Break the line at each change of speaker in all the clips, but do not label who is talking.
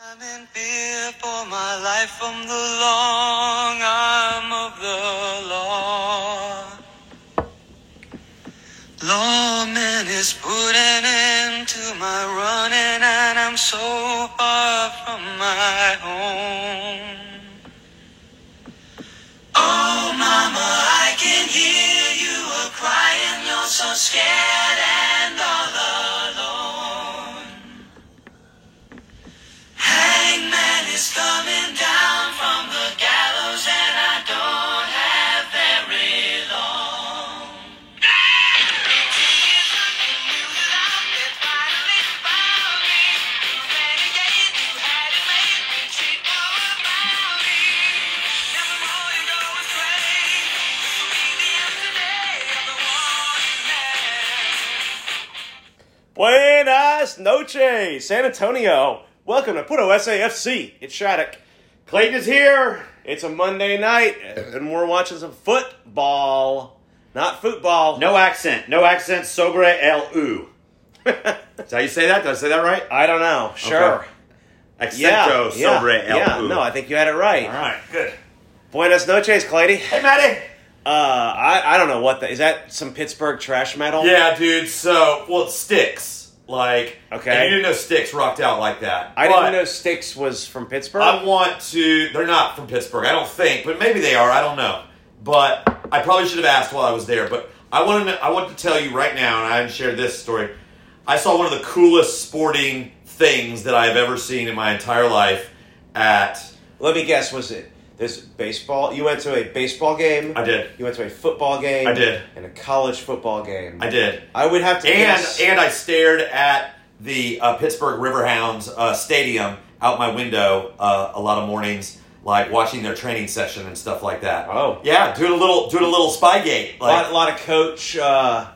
I'm in fear for my life from the long arm of the law. Lawman is putting an end to my running, and I'm so far from my home. Oh, Mama, I can hear you are crying. You're so scared and all alone. Hangman is coming down from the gallows, and I don't have very long.
Buenas noches, San Antonio. Welcome to Puto SAFC. It's Shattuck. Clayton is here. It's a Monday night, and we're watching some football. Not football.
No accent. No accent. Sobre el u. Is how you say that? Did I say that right?
I don't know. Uh, Sure.
Okay. Accento
Yeah. yeah,
sobre el
yeah.
u.
No, I think you had it right.
All right. Good.
Buenas noches, Clayton.
Hey, Matty.
Uh, I, I don't know what that is. That some Pittsburgh trash metal?
Yeah, dude. So, well, it sticks. Like,
Okay.
And you didn't know sticks rocked out like that.
I
But
didn't know Styx was from Pittsburgh.
I want to. They're not from Pittsburgh, I don't think, but maybe they are. I don't know. But I probably should have asked while I was there. But I want to. I want to tell you right now, and I haven't shared this story. I saw one of the coolest sporting things that I have ever seen in my entire life. At
Let me guess. Was it this baseball? You went to a baseball game.
I did.
You went to a football game.
I did.
And a college football game.
I did,
I would have to.
and
guess-
and I stared at the uh, Pittsburgh Riverhounds uh, stadium out my window uh, a lot of mornings. Like watching their training session and stuff like that.
Oh.
yeah, doing a little, doing a little Spygate.
a
Like,
lot, lot of coach, uh,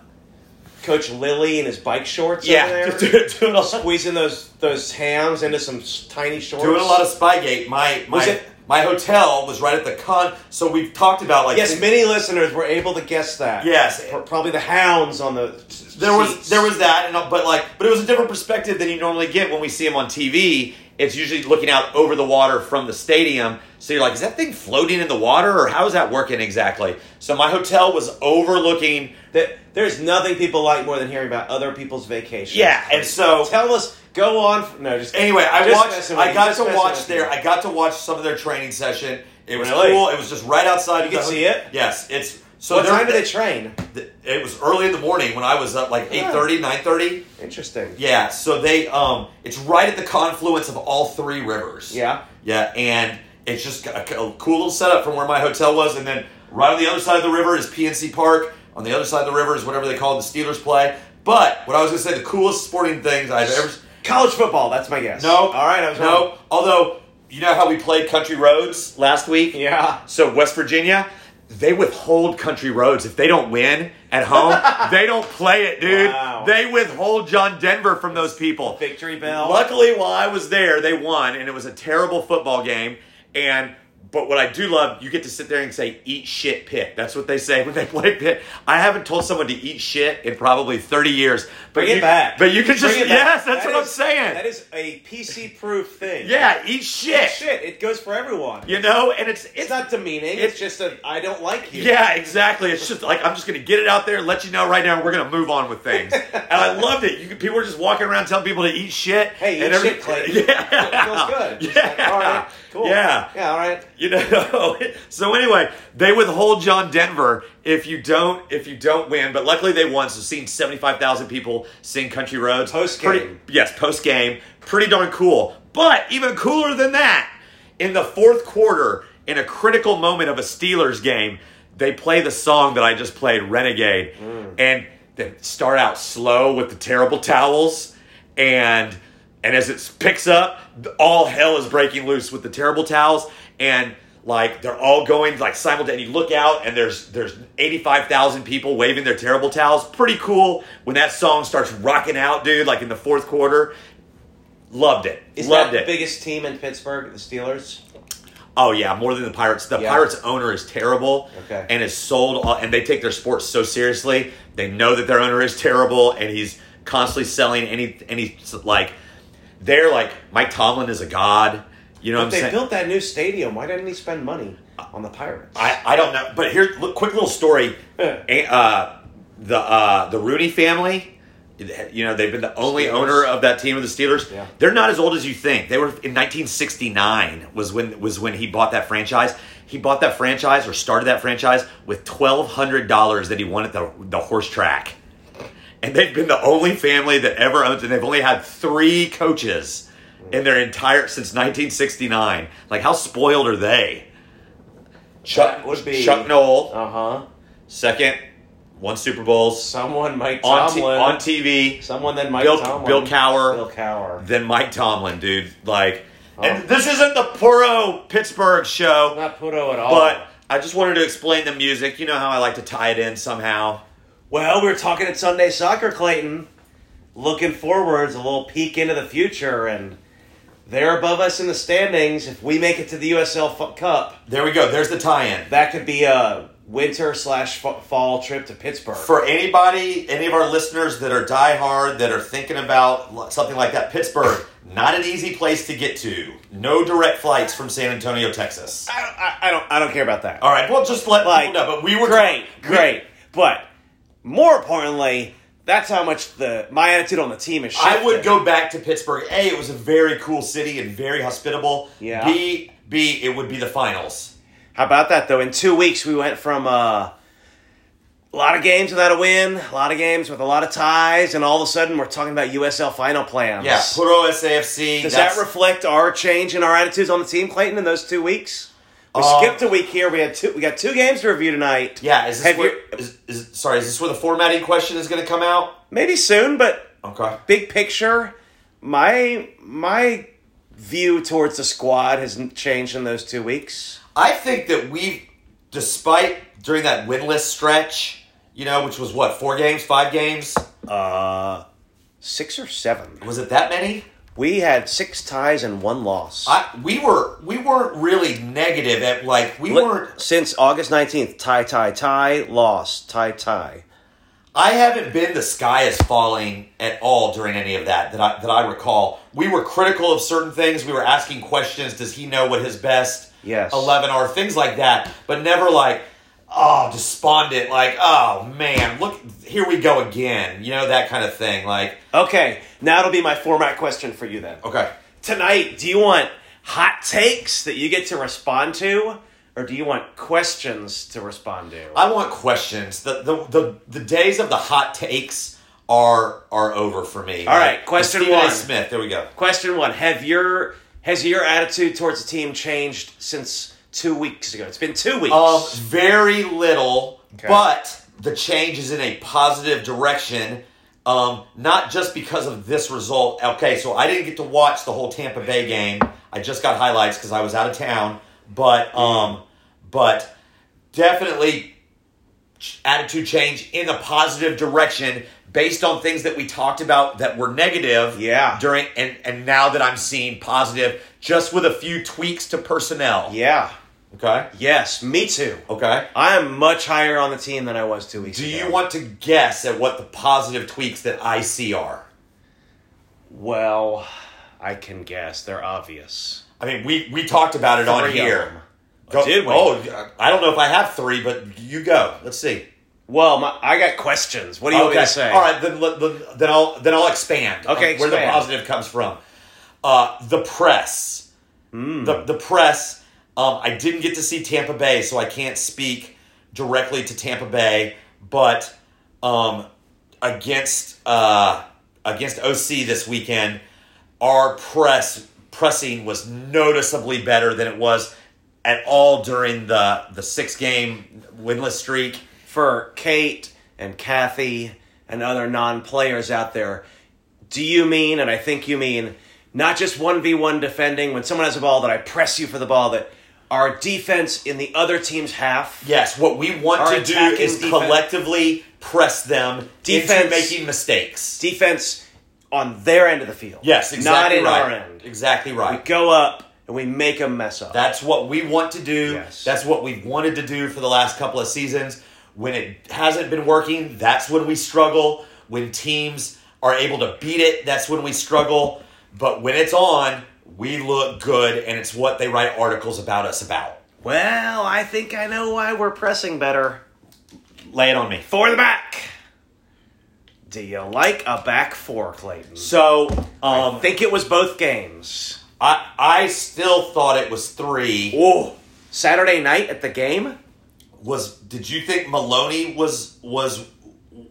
coach Lilly in his bike shorts.
Yeah,
over
doing,
there.
doing, a,
squeezing those those hams into some s- tiny shorts.
doing a lot of Spygate. My
Was
my
it-
my hotel was right at the con, so we've talked about like
yes,
thi-
many listeners were able to guess that.
Yes.
Pro- probably the hounds on the. s-
there was
seats.
there was that, and uh, but like but it was a different perspective than you normally get when we see him on TV. It's usually looking out over the water from the stadium, so you're like, is that thing floating in the water, or how is that working exactly? So my hotel was overlooking.
That there's nothing people like more than hearing about other people's vacations.
Yeah, and so
tell us. Go on. f- No, just
Anyway, I
just
watched.
messing with
I
you,
got
just
to
messing
watch
with
their.
you.
I got to watch some of their training session. It was
Really?
cool. It was just right outside.
You
the
could see it?
Yes, it's. So
what
they're-
time do they train?
th- it was early in the morning when I was up like 8.30, 9.30.
Interesting.
Yeah, so they, um, it's right at the confluence of all three rivers.
Yeah.
Yeah, and it's just a, a cool little setup from where my hotel was. And then right on the other side of the river is PNC Park. On the other side of the river is whatever they call it, the Steelers play. But what I was going to say, the coolest sporting things I've ever...
College football. That's my guess.
No.
All right. I was
No.
wrong.
Although, you know how we played Country Roads last week?
Yeah.
So West Virginia, they withhold country roads if they don't win at home. they don't play it, dude.
Wow.
They withhold John Denver from those people.
Victory bell.
Luckily, while I was there, they won, and it was a terrible football game. And but what I do love, you get to sit there and say "eat shit, Pitt." That's what they say when they play Pitt. I haven't told someone to eat shit in probably thirty years. But
Bring
you,
it back.
But you can just
Bring it back.
yes, that's
That
what I'm
is-
saying.
That is a PC proof thing.
yeah, eat shit.
Shit, it goes for everyone.
You know, and it's
It's not demeaning. It's
It-
just a I don't like you.
Yeah, exactly. It's just like I'm just gonna get it out there, and let you know right now, and we're gonna move on with things. and I loved it. You could- people were just walking around telling people to eat shit.
Hey, eat
and every-
shit, Clay.
Yeah,
It feels good. It's
Yeah,
like, all right. Cool.
Yeah,
Yeah. All right.
you know. so anyway, they withhold John Denver if you don't if you don't win. But luckily they won. So seeing seventy five thousand people sing Country Roads
Post-game.
Pretty- yes, post game, pretty darn cool. But even cooler than that, in the fourth quarter, in a critical moment of a Steelers game, they play the song that I just played, Renegade, and they start out slow with the terrible towels and. And as it picks up, th- all hell is breaking loose with the terrible towels, and like they're all going like simultaneously. You look out, and there's there's eighty five thousand people waving their terrible towels. Pretty cool when that song starts rocking out, dude. Like in the fourth quarter, loved it,
Is
loved
that
it.
the biggest team in Pittsburgh, the Steelers?
Oh yeah, more than the Pirates. The
Yeah.
Pirates owner is terrible,
Okay.
and is sold, all- and they take their sports so seriously. They know that their owner is terrible, and he's constantly selling any any like They're like Mike Tomlin is a god. You
But
know what I'm
they
saying?
built that new stadium. Why didn't he spend money on the Pirates?
I, I don't know, but here, look, quick little story.
Yeah.
A- uh, the uh, the Rooney family, you know, they've been the only
Steelers.
owner of that team of the Steelers.
Yeah.
They're not as old as you think. They were in 1969 was when was when he bought that franchise. He bought that franchise or started that franchise with twelve hundred dollars that he won at the the horse track, and they've been the only family that ever owned, and they've only had three coaches in their entire since 1969. Like, how spoiled are they? Chuck
That would be-
Chuck Noll,
Uh huh.
second, one Super Bowls
Someone Mike
on, t-
Tomlin.
on TV,
Someone then Mike
Bill-
Tomlin.
Bill Cowher.
Bill Cower.
then Mike Tomlin, dude. Like,
Oh.
and this isn't the Puro Pittsburgh show,
Not Puto at all.
but I just wanted to explain the music. You know how I like to tie it in somehow.
well, we were talking at Sunday Soccer, Clayton. Looking forwards, a little peek into the future, and they're above us in the standings. If we make it to the USL Fu- Cup,
There we go. There's the tie-in.
that could be a winter slash fa- fall trip to Pittsburgh.
For anybody, any of our listeners that are diehard, that are thinking about lo- something like that, Pittsburgh, not an easy place to get to. No direct flights from San Antonio, Texas.
I, don't, I, I don't. I don't care about that.
All right, well, just let
Like,
people know. But we were
great,
we-
great. But more importantly, that's how much the my attitude on the team is. Shifted.
I would go back to Pittsburgh. A, it was a very cool city and very hospitable.
Yeah.
B, B, it would be the finals.
How about that though? In two weeks, we went from uh, a lot of games without a win, a lot of games with a lot of ties, and all of a sudden we're talking about USL final plans.
Yeah, Puro SAFC.
Does
that's-
that reflect our change in our attitudes on the team, Clayton? In those two weeks, we
Um,
skipped a week here. We had two. We got two games to review tonight.
Yeah, is this
Have
where,
you-
is, is, sorry, is this where the formatting question is going to come out?
Maybe soon, but
Okay.
big picture, my my view towards the squad has n- changed in those two weeks.
I think that we, despite during that winless stretch, you know, which was what four games, five games,
Uh, six or seven.
was it that many?
We had six ties and one loss.
I we were we weren't really negative at like we
Li-
weren't.
since August nineteenth. Tie, tie, tie. Loss. Tie, tie.
I haven't been the sky is falling at all during any of that that I that I recall. We were critical of certain things. We were asking questions. Does he know what his best
Yes.
eleven are? Things like that, but never like. Oh, despondent! Like, oh man, look, here we go again. You know that kind of thing. Like,
Okay, now it'll be my format question for you then.
okay,
Tonight, do you want hot takes that you get to respond to, or do you want questions to respond to?
I want questions. The, the the the days of the hot takes are are over for me.
All right,
The
question
Stephen A.
one.
Smith. There we go.
Question one: Have your has your attitude towards the team changed since two weeks ago? It's been two weeks.
Um, very little,
Okay.
but the change is in a positive direction. Um, not just because of this result. Okay, so I didn't get to watch the whole Tampa Bay game. I just got highlights because I was out of town. But um, but definitely attitude change in the positive direction based on things that we talked about that were negative
Yeah.
during and and now that i'm seeing positive just with a few tweaks to personnel
yeah.
okay
Yes, me too.
okay
I am much higher on the team than I was two weeks
do
ago.
you want to guess at what the positive tweaks that i see are
Well, I can guess. They're obvious.
i mean we we talked about it on
Three of
here
them. Did we?
oh i don't know if i have three but you go let's see
Well, my, I got questions. What do you want me to say?
All right, then let- let- then I'll then I'll expand. on
Okay,
where the
expand.
positive comes from? Uh, the press,
Hmm.
the the press. Um, I didn't get to see Tampa Bay, so I can't speak directly to Tampa Bay, but um, against uh, against OC this weekend, our press pressing was noticeably better than it was at all during the the six game winless streak.
For Kate and Kathy and other non-players out there, do you mean? And I think you mean not just one v one defending when someone has a ball that I press you for the ball that our defense in the other team's half.
Yes, what we want
Our
to do
attacking
is
defense-
collectively press them
Defense-
into making mistakes.
defense on their end of the field.
Yes,
not
exactly
in
right.
our end.
Exactly
We
right.
go up and we make them mess up.
That's what we want to do.
Yes.
That's what we've wanted to do for the last couple of seasons. When it hasn't been working, that's when we struggle. When teams are able to beat it, that's when we struggle. But when it's on, we look good, and it's what they write articles about us about.
Well, I think I know why we're pressing better.
Lay it on me.
For the back. Do you like a back four, Clayton?
So, um,
I think it was both games.
I I still thought it was three.
Whoa. Saturday night at the game?
Was did you think Maloney was was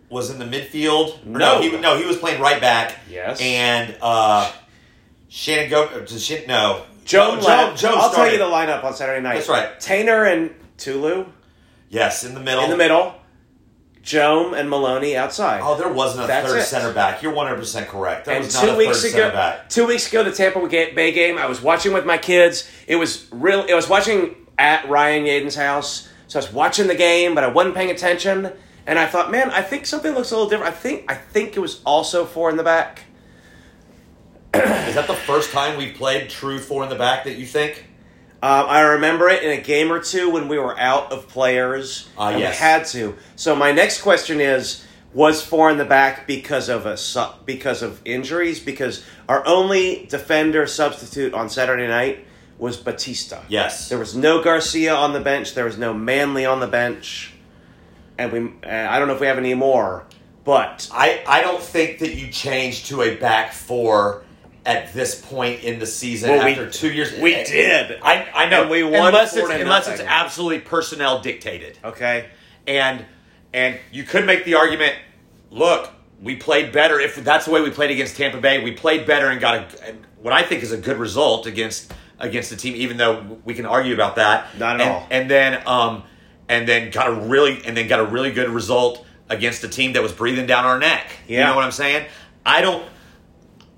was in the midfield? Or
No.
he no he was playing right back.
Yes.
and uh, Shannon Go. uh, Does Shan- no
Joan
Joe,
left.
Joe
I'll tell
started.
you the lineup on Saturday night.
That's right. Oh.
Tainer and Tulu
yes in the middle
in the middle. Joan and Maloney outside.
Oh, there wasn't a
That's
third
it.
center back. You're 100 percent correct. There
and
was not
two
a
weeks
third center
ago,
back.
two weeks ago, the Tampa Bay game, I was watching with my kids. It was real. I was watching at Ryan Yaden's house, so I was watching the game, but I wasn't paying attention. And I thought, man, I think something looks a little different. I think, I think it was also four in the back.
Is that the first time we've played true four in the back that you think?
Um, I remember it in a game or two when we were out of players.
Ah,
and
yes.
We had to. So my next question is: Was four in the back because of a su- because of injuries? Because our only defender substitute on Saturday night was Batista.
Yes.
There was no Garcia on the bench. There was no Manley on the bench, and we. Uh, I don't know if we have any more, but
I, I don't think that you change to a back four at this point in the season
Well, we-
after two years. Eh,
we did.
I, I know.
And we won
unless
four
it's,
to
unless it's
nothing.
absolutely personnel dictated.
okay.
And and you could make the argument, look, we played better if that's the way we played against Tampa Bay. We played better and got a and what I think is a good result against against the team, even though we can argue about that.
Not at
and,
all.
And then um and then got a really and then got a really good result against a team that was breathing down our neck. You
Yeah.
know what I'm saying? I don't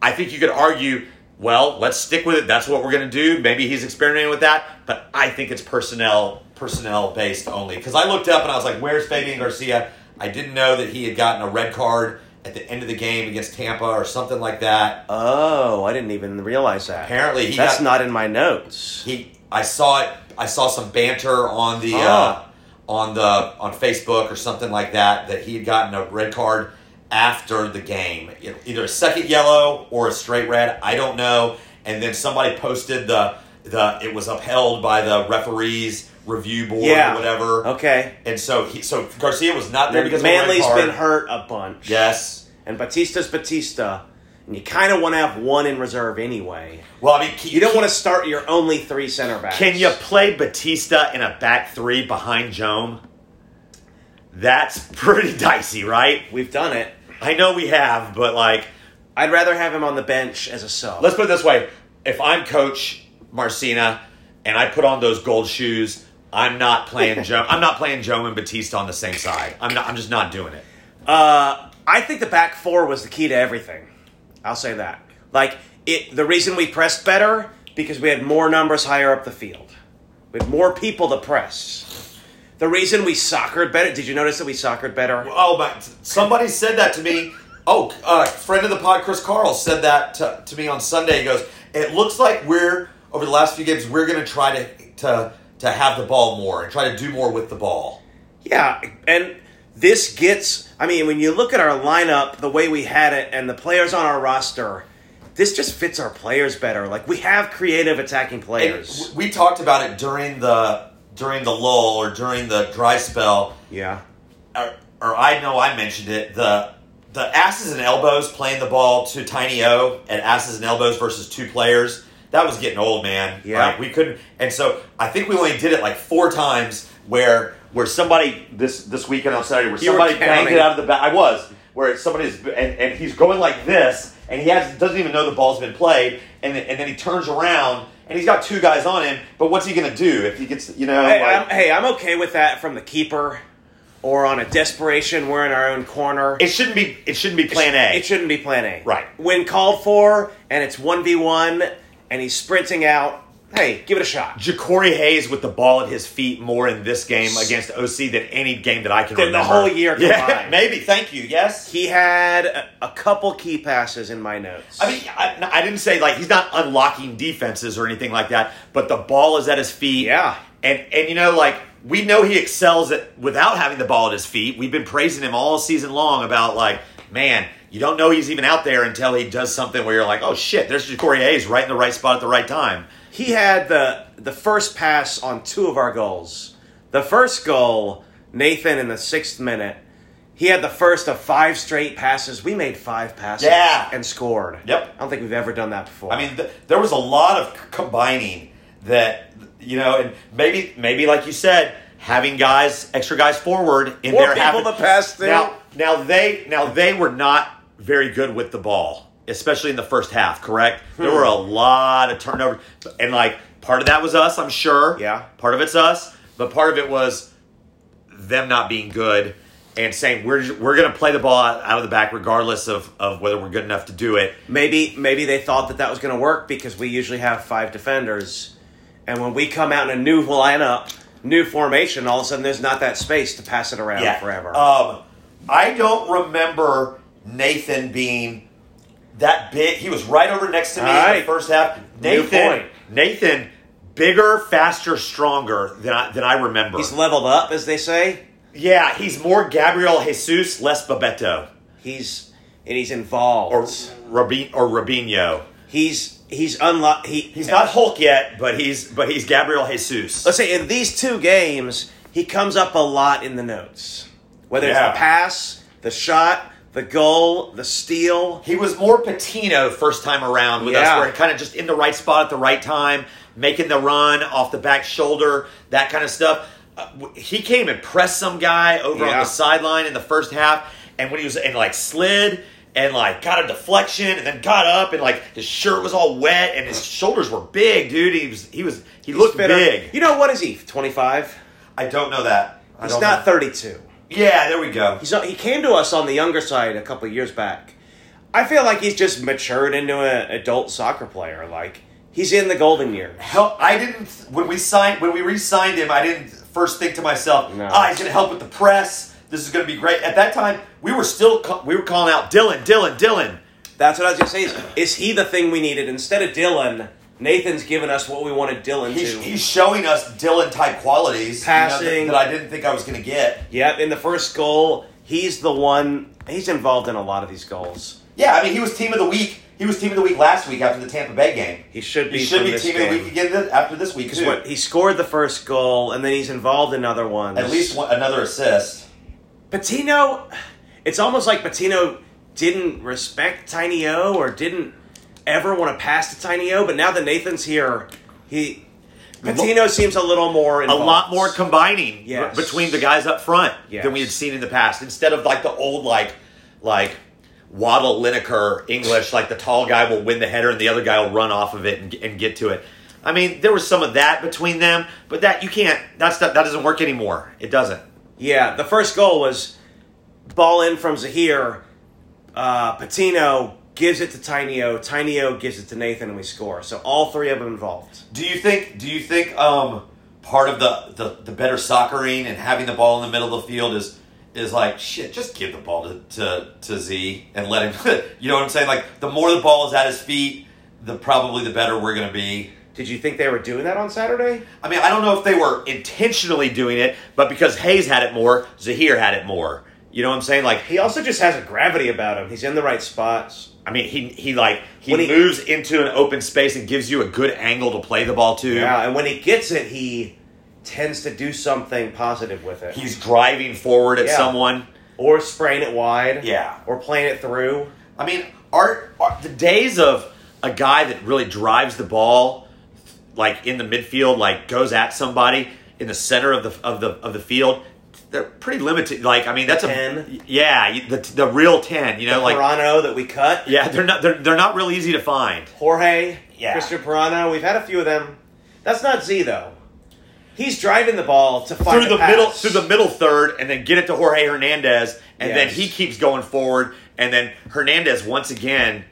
I think you could argue, well, let's stick with it. That's what we're going to do. Maybe he's experimenting with that, but I think it's personnel personnel based only. Because I looked up and I was like, where's Fabian Garcia? I didn't know that he had gotten a red card at the end of the game against Tampa or something like that.
Oh, I didn't even realize that.
Apparently, he
that's
got-
not in my notes.
He, I saw it. I saw some banter on the uh, on the on Facebook or something like that that he had gotten a red card after the game, It- either a second yellow or a straight red. I don't know. And then somebody posted the the it was upheld by the referees review board
Yeah.
or whatever.
Okay.
And so he so Garcia was not there
Manley's
because of a red card.
been hurt a bunch.
Yes.
And Batista's Batista. And you kind of want to have one in reserve anyway.
Well, I mean, can,
You don't want to start your only three center backs.
Can you play Batista in a back three behind Joan? That's pretty dicey, right?
We've done it.
I know we have, but like,
I'd rather have him on the bench as a sub.
let's put it this way: if I'm Coach Marcina and I put on those gold shoes, I'm not playing Joan. I'm not playing Joan and Batista on the same side. I'm not. I'm just not doing it.
Uh, I think the back four was the key to everything. I'll say that. Like it, the reason we pressed better because we had more numbers higher up the field. We had more people to press. The reason we soccered better. Did you notice that we soccered better?
Oh my! Somebody said that to me. Oh, uh, friend of the pod, Chris Carl, said that to, to me on Sunday. He goes, "It looks like we're over the last few games, we're going to try to to to have the ball more and try to do more with the ball."
Yeah, and this gets. I mean, when you look at our lineup, the way we had it, and the players on our roster, this just fits our players better. Like we have creative attacking
And
players.
w- we talked about it during the during the lull or during the dry spell,
yeah,
or, or I know I mentioned it. The the asses and elbows playing the ball to Tiny O and asses and elbows versus two players. That was getting old, man.
Yeah.
Like, we couldn't, and so I think we only did it like four times where where somebody this this weekend on Saturday where
You were
somebody banged
counting.
it out of the back. I was where somebody's and, and he's going like this and he has doesn't even know the ball's been played and then, and then he turns around and he's got two guys on him. But what's he gonna do if he gets you know?
hey
like-
I'm, hey, I'm okay with that from the keeper, or on a desperation, we're in our own corner.
it shouldn't be it shouldn't be plan A.
It shouldn't be Plan A.
Right.
When called for, and it's one v one, and he's sprinting out. Hey, give it a shot.
Ja'Cory Hayes with the ball at his feet more in this game against OC than any game that I can
Than the
remember.
whole year
Yeah,
combined.
maybe. Thank you. Yes.
He had a, a couple key passes in my notes.
I mean, I, no, I didn't say like he's not unlocking defenses or anything like that, but the ball is at his feet.
Yeah.
And and you know like we know he excels at without having the ball at his feet. We've been praising him all season long about like man, You don't know he's even out there until he does something where you're like, oh shit, there's Corey Hayes right in the right spot at the right time.
He had the the first pass on two of our goals. The first goal, Nathan in the sixth minute, he had the first of five straight passes. We made five passes
Yeah.
and scored.
Yep.
I don't think we've ever done that before.
I mean, th- there was a lot of c- combining that you know, and maybe maybe like you said, having guys, extra guys forward in
More
there.
people
having-
to pass to.
Now, now they now they were not very good with the ball, especially in the first half. Correct?
Hmm.
There were a lot of turnovers, and like part of that was us, I'm sure.
Yeah.
Part of it's us, but part of it was them not being good and saying we're we're going to play the ball out, out of the back regardless of of whether we're good enough to do it.
Maybe maybe they thought that that was going to work because we usually have five defenders, and when we come out in a new lineup, new formation, all of a sudden there's not that space to pass it around forever.
Um, I don't remember Nathan being that big. He was right over next to me
All
in
right.
the first half.
New
Nathan,
point.
Nathan, bigger, faster, stronger than I, than I remember.
He's leveled up, as they say.
yeah, he's more Gabriel Jesus, less Babeto
He's and he's involved.
or Rabin or Rabinho.
he's he's unlocked. He,
He's not Hulk yet, but he's but he's Gabriel Jesus.
Let's say in these two games, he comes up a lot in the notes. Whether
Yeah.
it's the pass, the shot, the goal, the steal.
He was more Patino first time around with
Yeah.
us, where kind of just in the right spot at the right time, making the run off the back shoulder, that kind of stuff. Uh, w- he came and pressed some guy over on
Yeah.
the sideline in the first half, and when he was and like slid and like got a deflection and then got up and like his shirt was all wet and his shoulders were big, dude. He was he was he looked
Fitter.
big.
You know what is he? Twenty five.
I don't know that. I
He's
don't
not
know.
thirty two.
yeah, there we go.
He's he came to us on the younger side a couple of years back. I feel like he's just matured into an adult soccer player. Like he's in the golden years.
help. I didn't when we signed when we re-signed him. I didn't first think to myself,
No.
"Ah, he's going to help with the press. This is going to be great." At that time, we were still ca- we were calling out Dylan, Dylan, Dylan.
That's what I was gonna say. Is, is he the thing we needed instead of Dylan? Nathan's given us what we wanted Dylan
He's,
to.
he's showing us Dylan type qualities, you know, that-
Passing.
that, I didn't think I was going to get.
Yep, in the first goal, he's the one. He's involved in a lot of these goals.
Yeah, I mean, he was team of the week. He was team of the week last week after the Tampa Bay game.
He should be.
He should
from
be
this
team of the
game.
week again th- after this week
'Cause
too.
what- he scored the first goal, and then he's involved in other ones.
At least one, another assist.
Patino. It's almost like Patino didn't respect Tiny O or didn't ever want to pass to Tiny O. But now that Nathan's here, he Patino seems a little more
a
involved.
lot more combining
Yes.
b- between the guys up front
Yes.
than we had seen in the past. Instead of like the old like like Waddle Lineker English, like the tall guy will win the header and the other guy will run off of it and, and get to it. I mean, there was some of that between them, but that you can't. That's not, that doesn't work anymore. It doesn't.
Yeah, the first goal was ball in from Zahir. Uh, Patino gives it to Tiny O. Tiny O gives it to Nathan, and we score. So all three of them involved.
Do you think? Do you think um, part of the, the the better soccering and having the ball in the middle of the field is is like shit? Just give the ball to to, to Z and let him. you know what I'm saying? Like the more the ball is at his feet, the probably the better we're gonna be.
Did you think they were doing that on Saturday?
I mean, I don't know if they were intentionally doing it, but because Hayes had it more, Zahir had it more. You know what I'm saying? Like
He also just has a gravity about him. He's in the right spots.
I mean, he he like he,
When he-
moves into an open space and gives you a good angle to play the ball to.
Yeah, and when he gets it, he tends to do something positive with it,
He's driving forward at
Yeah.
someone.
or spraying it wide.
Yeah.
or playing it through.
I mean, are, are the days of a guy that really drives the ball, like in the midfield, like goes at somebody in the center of the of the of the field. They're pretty limited. Like, I mean, that's a
10.
yeah, you- the the real ten. You know, like
Pirano that we cut.
yeah, they're not they're, they're not real easy to find.
Jorge,
Yeah.
Christian Pirano. We've had a few of them. That's not Z though. He's driving the ball to find
through the
a pass.
middle through the middle third and then get it to Jorge Hernandez and then
Yes.
he keeps going forward and then Hernandez once again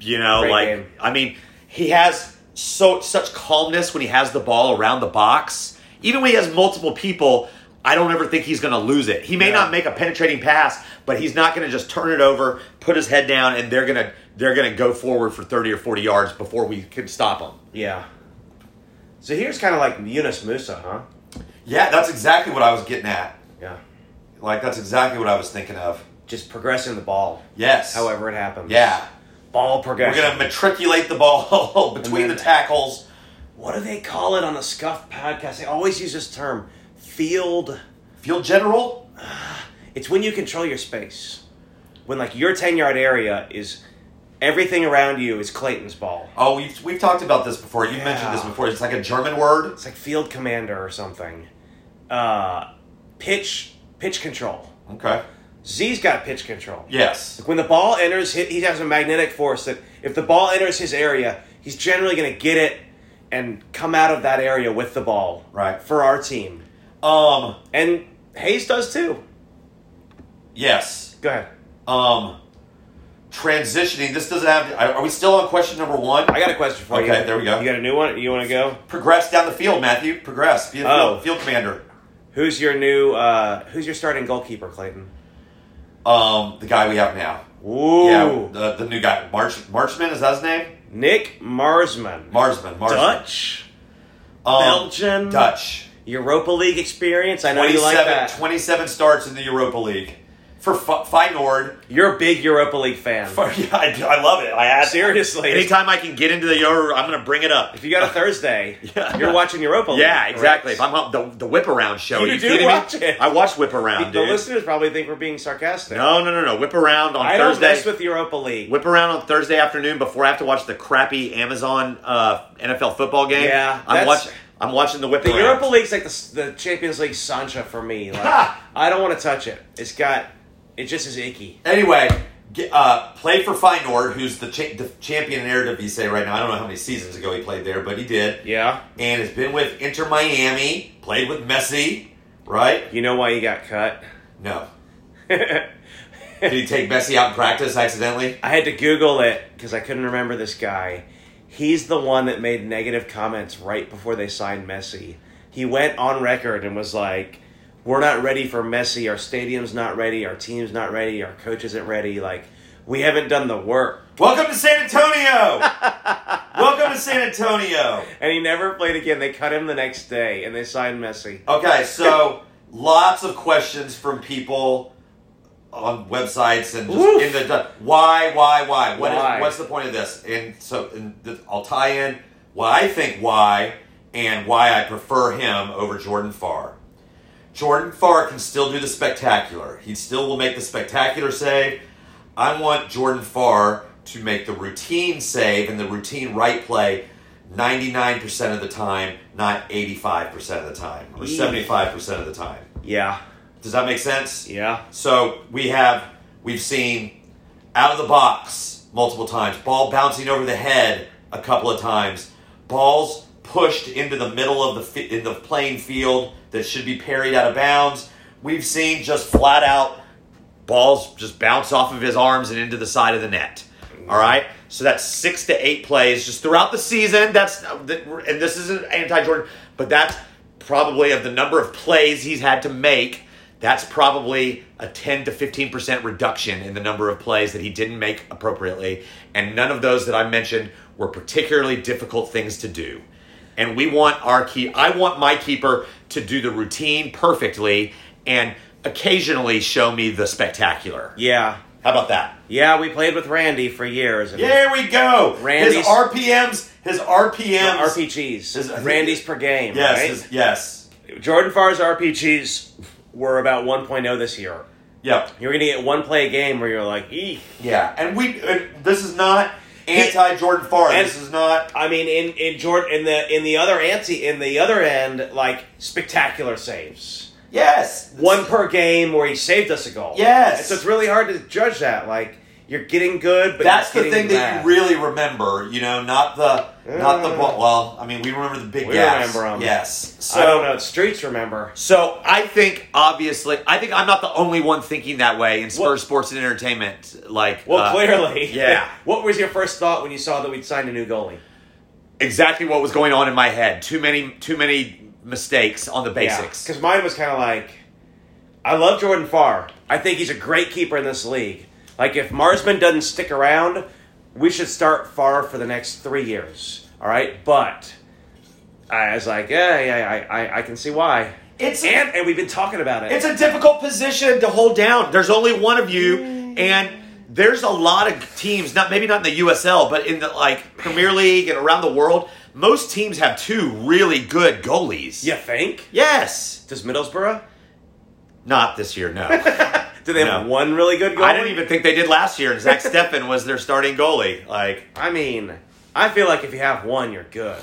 you know
Great
like
game.
I mean he has so such calmness when he has the ball around the box even when he has multiple people I don't ever think he's going to lose it. He may
Yeah.
not make a penetrating pass, but he's not going to just turn it over, put his head down, and they're going to they're going to go forward for thirty or forty yards before we can stop him.
Yeah. So here's kind of like Yunus Musa, huh?
Yeah, that's exactly what I was getting at.
Yeah.
Like that's exactly what I was thinking of.
just progressing the ball,
Yes.
however it happens.
Yeah.
Ball
We're
progression.
gonna matriculate the ball between
And
the
then-
tackles.
what do they call it on the Scuff podcast? They always use this term field.
Field general.
It's when you control your space. When, like, your 10 yard area is everything around you is Clayton's ball.
Oh, we've, we've talked about this before. You
Yeah.
mentioned this before. It's like a German word.
It's like field commander or something. Uh, pitch pitch control.
Okay.
Z's got pitch control.
Yes.
When the ball enters, he he has a magnetic force that if the ball enters his area, he's generally going to get it and come out of that area with the ball.
Right.
For our team.
Um.
And Hayes does too.
Yes.
Go ahead.
Um. Transitioning. This doesn't have. Are are we still on question number one?
I got a question for you.
Okay, there we go.
You got a new one? You want to go?
Progress down the field, Matthew. Progress. Be a
Oh.
field, field commander.
Who's your new uh who's your starting goalkeeper, Clayton?
Um. The guy we have now.
Ooh.
Yeah. The, the new guy. March Marchman is that his name?
Nick Marsman.
Marsman. Marsman.
Dutch?
Um,
Belgian?
Dutch.
Europa League experience. I know you
27,
like that.
27 starts in the Europa League for F- Feyenoord.
You're a big Europa League fan. Uh,
For, yeah, I, do- I love it. I had,
Seriously.
anytime I can get into the Euro, I'm going to bring it up.
If you got a Thursday,
Yeah.
you're watching Europa League.
Yeah, exactly. If
correct?
I'm on the, the whip around show.
You
are
do
kidding me?
watch it.
I watch whip around,
the
dude.
listeners probably think we're being sarcastic.
no, no, no, no. Whip around on
I don't
Thursday.
mess with Europa League.
Whip around on Thursday afternoon before I have to watch the crappy Amazon uh, NFL football game.
Yeah,
I'm
that's-
watching. I'm watching the whip
the
around.
Europa League's like the, the Champions League Sancha for me. Like, I don't want to touch it. It's got, it just is icky.
Anyway, ge- uh, played for Feyenoord, who's the, cha- the champion in Eredivisie right now. I don't know how many seasons ago he played there, but he did.
Yeah.
And has been with Inter Miami. Played with Messi, right?
You know why he got cut?
No. Did he take Messi out in practice accidentally?
I had to Google it because I couldn't remember this guy. He's the one that made negative comments right before they signed Messi. He went on record and was like, "We're not ready for Messi. Our stadium's not ready. Our team's not ready. Our coach isn't ready. Like, we haven't done the work."
Welcome to San Antonio. Welcome to San Antonio.
And he never played again. They cut him the next day and they signed Messi.
Okay, so lots of questions from people on websites and just
Oof.
in the why, why, why? What is,
Why?
what's the point of this? And so and th- I'll tie in what I think why and why I prefer him over Jordan Farr. Jordan Farr can still do the spectacular. He still will make the spectacular save. I want Jordan Farr to make the routine save and the routine right play 99% of the time, not 85% of the time or
Yeah.
75% of the time.
Yeah,
Does that make sense?
yeah.
So we have we've seen out of the box multiple times, ball bouncing over the head a couple of times, balls pushed into the middle of the fi- in the playing field that should be parried out of bounds. We've seen just flat out balls just bounce off of his arms and into the side of the net. All right, so that's six to eight plays just throughout the season. That's and this isn't anti-Jordan, but that's probably of the number of plays he's had to make. That's probably a ten to fifteen percent reduction in the number of plays that he didn't make appropriately, and none of those that I mentioned were particularly difficult things to do. And we want our key. I want my keeper to do the routine perfectly and occasionally show me the spectacular.
Yeah.
How about that?
Yeah, we played with Randy for years. and
There we go.
Randy's-
his RPMs. His RPMs.
RPGs.
Is-
Randy's per game.
Yes.
right?
his- yes.
Jordan Farr's RPGs were about 1.0 this year.
Yep.
You're going to get one play a game where you're like, eek.
Yeah. And we. And this is not anti Jordan Farr.
And-
This is not.
I mean, in in Jordan in the in the other ante in the other end, like spectacular saves,
Yes.
one per game where he saved us a goal.
Yes.
And so it's really hard to judge that. Like you're getting good, but
That's
you're
the thing
getting
that
bad.
you really remember. You know, not the not the
Uh.
ball. Well, I mean, we remember the big
We
gaps.
remember 'em.
Yes. So
I don't know. Streets remember.
So I think obviously I think I'm not the only one thinking that way in Spurs
Well-
sports and entertainment. Like
Well,
uh,
clearly,
yeah.
What was your first thought when you saw that we'd signed a new goalie?
exactly what was going on in my head. Too many too many mistakes on the basics.
Because mine was kind of like, I love Jordan Farr. I think he's a great keeper in this league. Like, if Marsman doesn't stick around, we should start Farr for the next three years. All right? But I was like, yeah, yeah, I, I, I can see why.
It's a,
And, and we've been talking about it.
it's a difficult position to hold down. There's only one of you, and there's a lot of teams. Not maybe not in the USL, but in the like Premier League and around the world, most teams have two really good goalies.
you think?
Yes.
Does Middlesbrough?
Not this year. No.
Do they have
No.
one really good goalie?
I didn't even think they did last year, and Zach Steppen was their starting goalie. Like,
I mean, I feel like if you have one, you're good.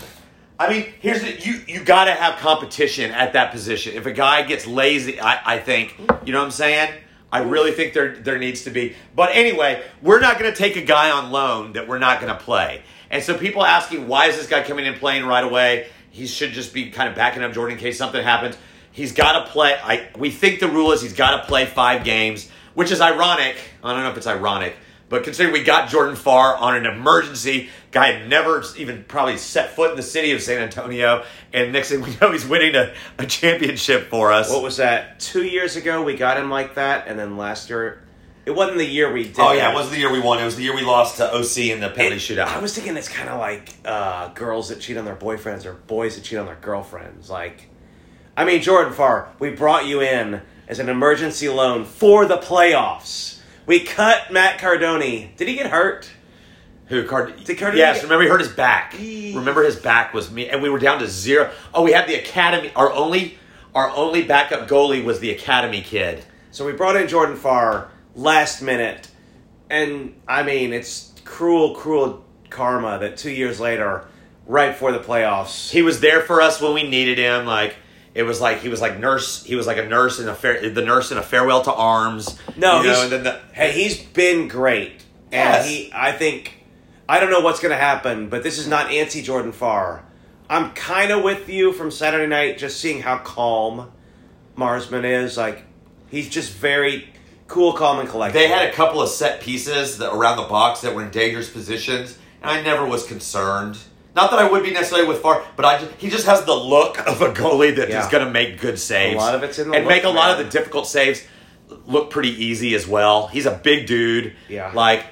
I mean, here's the, you you got to have competition at that position. If a guy gets lazy, I, I think you know what I'm saying. I really think there there needs to be. But anyway, we're not going to take a guy on loan that we're not going to play. And so people asking why is this guy coming in playing right away? He should just be kind of backing up Jordan in case something happens. He's got to play. I we think the rule is he's got to play five games, which is ironic. I don't know if it's ironic. But considering we got Jordan Farr on an emergency, guy had never even probably set foot in the city of San Antonio, and next thing we know, he's winning a, a championship for us.
What was that? Two years ago, we got him like that, and then last year, it wasn't the year we did.
oh yeah, it wasn't the year we won. It was the year we lost to OC in the penalty shootout.
I was thinking it's kind of like uh, girls that cheat on their boyfriends or boys that cheat on their girlfriends. Like, I mean, Jordan Farr, we brought you in as an emergency loan for the playoffs. We cut Matt Cardoni. Did he get hurt?
Who Card?
Did Cardi-
yes, remember he hurt his back.
Eee.
Remember his back was me, and we were down to zero. Oh, we had the academy. Our only, our only backup goalie was the academy kid.
So we brought in Jordan Farr last minute, and I mean, it's cruel, cruel karma that two years later, right before the playoffs,
he was there for us when we needed him. Like it was like he was like nurse. He was like a nurse in a fair, the nurse in a farewell to arms.
No,
you know,
he's,
and then the,
hey, he's been great, and
Yes.
he. I think I don't know what's going to happen, but this is not anti Jordan Farr. I'm kind of with you from Saturday night, just seeing how calm Marsman is. Like he's just very cool, calm, and collected.
they had a couple of set pieces that, around the box that were in dangerous positions, and I never was concerned. Not that I would be necessarily with Far, but I just, he just has the look of a goalie that is
Yeah.
going to make good saves.
lot of it's in the
and
look,
make a lot of
man.
the difficult saves look pretty easy as well. He's a big dude.
Yeah.
like.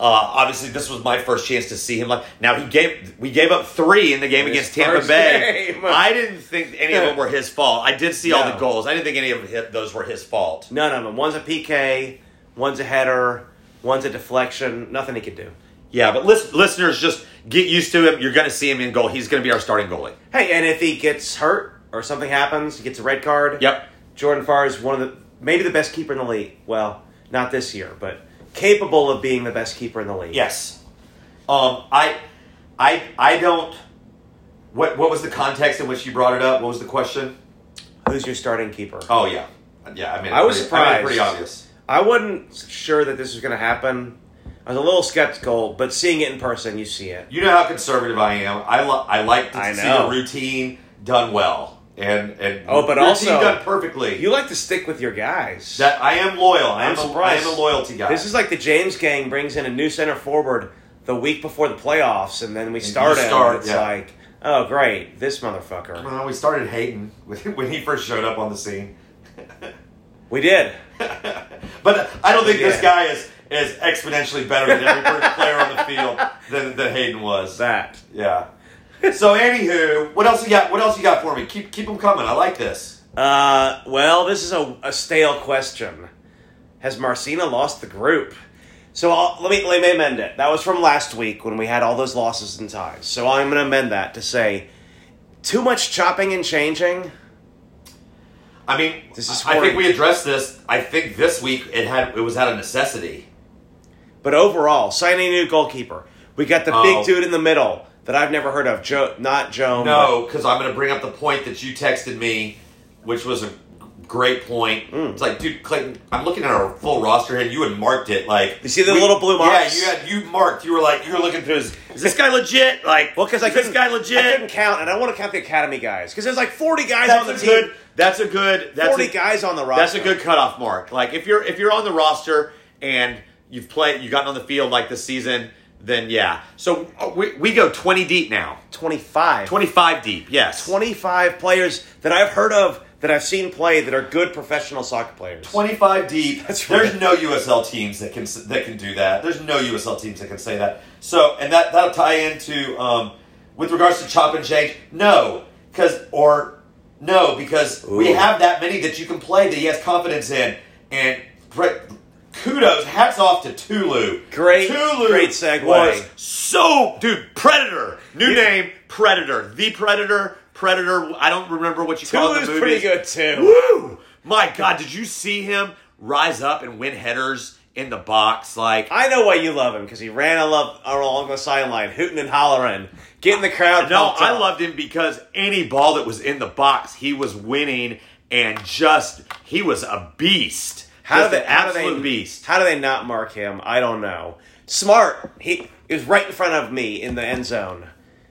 Uh, obviously, this was my first chance to see him. Like now, he gave we gave up three in the game
His
against Tampa
first
Bay.
game.
I didn't think any of them were his fault. I did see all
No.
the goals. I didn't think any of hit- those were his fault.
none of them. One's a PK, one's a header, one's a deflection. Nothing he could do.
Yeah, but list, listeners, just get used to him. You're going to see him in goal. He's going to be our starting goalie.
Hey, and if he gets hurt or something happens, he gets a red card.
Yep.
Jordan Farr is one of the maybe the best keeper in the league. Well, not this year, but capable of being the best keeper in the league.
Yes. Um, I, I, I don't. What What was the context in which you brought it up? What was the question?
Who's your starting keeper?
Oh yeah, yeah. I mean,
I was
pretty-
surprised.
I mean, pretty obvious.
I wasn't sure that this was going to happen. I was a little skeptical, but seeing it in person, you see it.
You know how conservative I am. I li- I like to
I
see
know.
the routine done well and and
Oh, but
routine
also-
done perfectly.
You like to stick with your guys.
that I am loyal. I
I'm
am a, I
surprised.
am a loyalty guy.
this is like the James gang brings in a new center forward the week before the playoffs, and then we start
you
it.
start,
it's
yeah.
like, oh great, this motherfucker.
Well, we started hating when he first showed up on the scene.
We did.
But I don't think
Yeah.
this guy is is exponentially better than every per- player on the field than, than Hayden was.
That.
Yeah. So anywho, what else you got? What else you got for me? Keep keep them coming. I like this.
Uh, well, this is a, a stale question. Has Marcina lost the group? So I'll, let me let me amend it. That was from last week when we had all those losses and ties. So I'm going to amend that to say, too much chopping and changing.
I mean,
This is
I I think
horrible.
we addressed this. I think this week it had it was out of necessity.
But overall, signing a new goalkeeper. We got the
Oh.
big dude in the middle that I've never heard of. Joe, not Joan.
No, because I'm going to bring up the point that you texted me, which was a great point.
Mm.
It's like, dude, Clayton, I'm looking at our full roster here, and you had marked it. Like,
You see the little blue marks?
Yeah, you had you marked. You were like, you were looking through. Is, is this guy legit? Like,
Well, because I
is this
couldn't
guy
I couldn't
legit.
count, and I want to count the academy guys because there's like 40 guys
That's
on the
a
team.
good. That's a good. That's
40
a,
guys on the roster.
That's a good cutoff mark. Like, if you're if you're on the roster and you've played, you've gotten on the field like this season, then yeah. So uh, we we go 20 deep now.
25.
25 deep. Yes.
25 players that I've heard of that I've seen play that are good professional soccer players.
25 deep.
That's right.
There's no USL teams that can that can do that. There's no USL teams that can say that. So, and that that'll tie into um, with regards to chop and change. No, because or No, because we
Ooh.
have that many that you can play that he has confidence in. And pre- kudos, hats off to Tulu.
Great-
Tulu
great segue.
was so dude. Predator, new
You-
name, Predator, the Predator, Predator. I don't remember what you call it. in
Tulu's
The
pretty
movies.
good too.
Woo! My God, did you see him rise up and win headers in the box? Like
I know why you love him because he ran along, along the sideline, hooting and hollering, getting the crowd.
No,
pumped
I
up.
loved him because any ball that was in the box, he was winning and just he was a beast.
How do
Just
they?
an
How do
absolute
they?
beast.
How do they not mark him? I don't know. Smart. He, he was right in front of me in the end zone.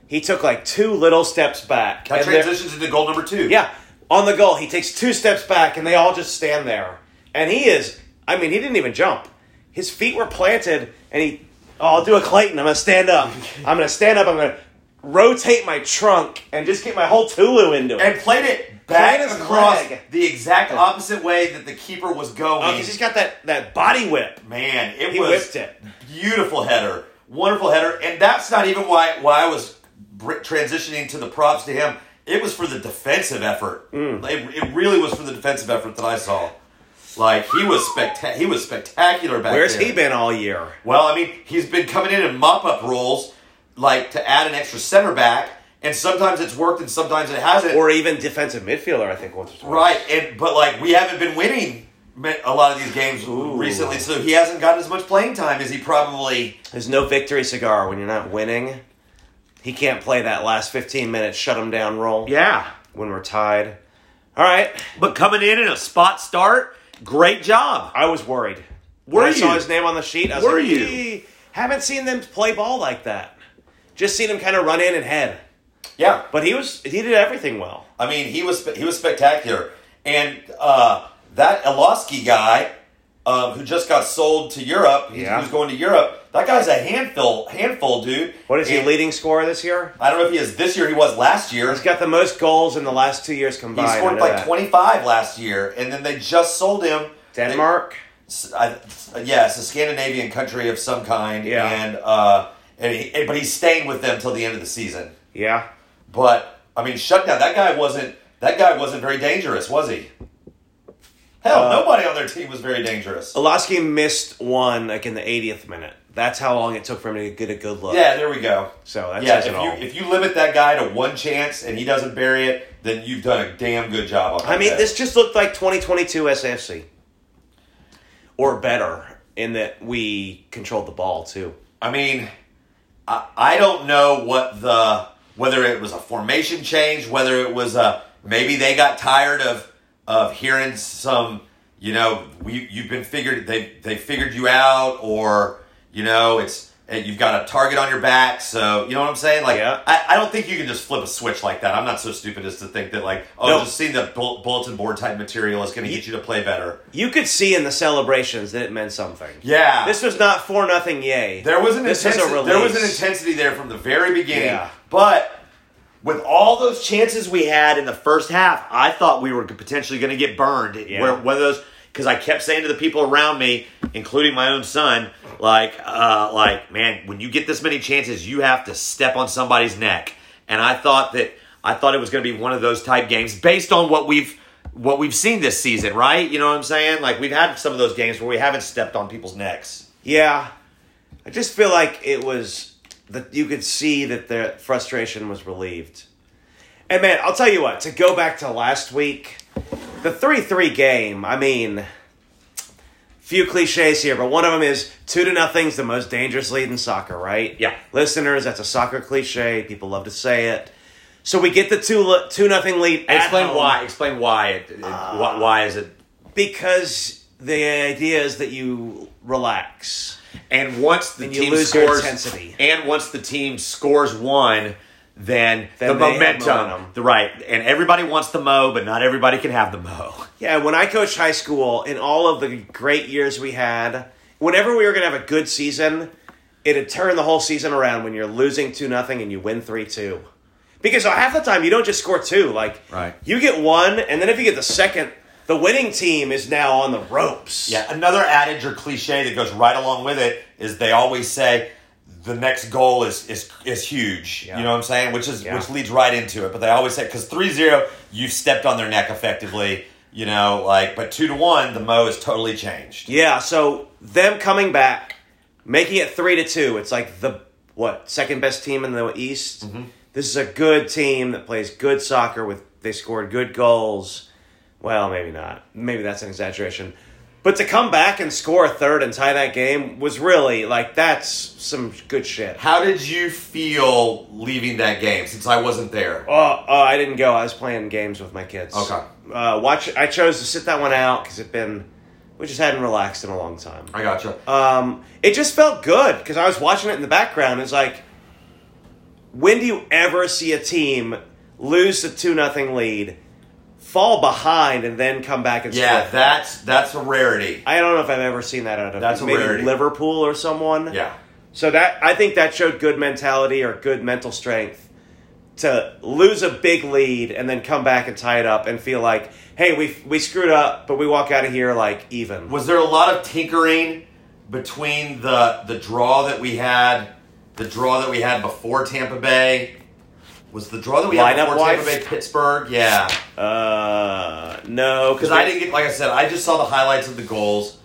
He took like two little steps back.
That
and there-
transitions into goal number two.
Yeah, on the goal, he takes two steps back, and they all just stand there. And he is. I mean, he didn't even jump. His feet were planted, and he. Oh, I'll do a Clayton. I'm gonna stand up. I'm gonna stand up. I'm gonna rotate my trunk and just get my whole Tulu into it.
And played it back
Played his
across
leg.
the exact opposite way that the keeper was going.
Oh, 'cause he's got that that body whip.
Man, it
He
was
whipped it.
beautiful header, wonderful header, and that's not even why why I was br- transitioning to the props to him. It was for the defensive effort.
Mm.
It, it really was for the defensive effort that I saw. Like he was specta- he was spectacular back
Where's
there.
he been all year?
Well, I mean, he's been coming in in mop up roles, like to add an extra center back, and sometimes it's worked and sometimes it hasn't.
Or even defensive midfielder, I think once or twice.
Right, and but like we haven't been winning ma- a lot of these games recently, so he hasn't gotten as much playing time as he probably.
There's no victory cigar when you're not winning. He can't play that last 15 minute shut him down role
Yeah,
when we're tied. All right,
but coming in in a spot start, great job.
I was worried.
Were
when I saw
you?
his name on the sheet. I was
Were
like,
you?
"Eh, haven't seen them play ball like that. Just seen him kind of run in and head.
Yeah,
But he was he did everything well.
I mean he was spe- he was spectacular, and uh, that Eloski guy uh, who just got sold to Europe, he,
Yeah.
he was going to Europe. That guy's a handful, handful, dude.
What is he
And
leading scorer this year?
I don't know if he is this year. He was last year.
He's got the most goals in the last two years
He
combined. I
scored
know
like
that.
twenty five last year, and then they just sold him. They-
Denmark.
S- I, yeah, it's a Scandinavian country of some kind.
Yeah.
And, uh, and he, and- but he's staying with them till the end of the season.
yeah.
But I mean, shutdown. That guy wasn't. That guy wasn't very dangerous, was he? Hell,
Uh,
nobody on their team was very dangerous.
Olaski missed one like in the 80th minute. That's how long it took for him to get a good look.
Yeah, there we go.
So that
yeah,
says
if
it all.
you if you limit that guy to one chance and he doesn't bury it, then you've done a damn good job on. That
I mean,
guy.
this just looked like 2022 SFC or better in that we controlled the ball too.
I mean, I, I don't know what the whether it was a formation change, whether it was a maybe they got tired of of hearing some, you know, we you've been figured they they figured you out, or you know, it's eh, you've got a target on your back, so you know what I'm saying. Like,
Yeah.
I, I don't think you can just flip a switch like that. I'm not so stupid as to think that like, oh,
No.
just seeing the bull- bulletin board type material is going to get you to play better.
You could see in the celebrations that it meant something.
Yeah,
This was not for nothing, yay.
There was an
This is a
intensity. there was
release.
an intensity there from the very beginning.
Yeah.
But with all those chances we had in the first half, I thought we were potentially going to get burned.
Yeah.
Where, whether those because I kept saying to the people around me, including my own son, like, uh, like, man, when you get this many chances, you have to step on somebody's neck. And I thought that I thought it was going to be one of those type games based on what we've what we've seen this season, right? You know what I'm saying? Like we've had some of those games where we haven't stepped on people's necks.
Yeah. I just feel like it was that you could see that their frustration was relieved. And man, I'll tell you what, to go back to last week, the 3 3 game, I mean, few cliches here, but one of them is two to nothing's the most dangerous lead in soccer, right?
Yeah.
Listeners, that's a soccer cliche. People love to say it. So we get the two two nothing lead. at
Explain
home.
why. Explain why it. it why, why is it?
Because the idea is that you relax.
And once the
And you
team
lose your
scores,
intensity.
and once the team scores one, then,
Then
the
they have
momentum,
momentum.
the right, and everybody wants the mo, but not everybody can have the mo.
Yeah, when I coached high school, in all of the great years we had, whenever we were going to have a good season, it'd turn the whole season around when you're losing 2 nothing and you win 3 2. Because half the time, you don't just score two. Like,
Right.
you get one, and then if you get the second, the winning team is now on the ropes.
Yeah, another adage or cliche that goes right along with it is they always say the next goal is is is huge.
Yeah.
You know what I'm saying? Which is
Yeah.
which leads right into it. But they always say because 3-0, you've stepped on their neck effectively. You know, like but two to one, the mo is totally changed.
Yeah, so them coming back, making it three to two. It's like the what second best team in the East. This is a good team that plays good soccer. With they scored good goals. Well, maybe not. Maybe that's an exaggeration. But to come back and score a third and tie that game was really like that's some good shit.
How did you feel leaving that game since I wasn't there?
Oh, oh, I didn't go. I was playing games with my kids.
Okay.
Uh, watch. I chose to sit that one out because it been we just hadn't relaxed in a long time.
I gotcha.
um, it just felt good because I was watching it in the background. It's like, when do you ever see a team lose a two nothing lead, fall behind, and then come back and
yeah,
score?
that's that's a rarity.
I don't know if I've ever seen that out of
That's a
maybe
rarity.
Liverpool or someone.
Yeah.
So that I think that showed good mentality or good mental strength to lose a big lead and then come back and tie it up and feel like, hey, we we screwed up, but we walk out of here like even.
Was there a lot of tinkering between the the draw that we had, the draw that we had before Tampa Bay? Was the draw that we had
Lineup
before
wise?
Tampa Bay Pittsburgh? Yeah,
Uh, no,
because I didn't get like I said, I just saw the highlights of the goals.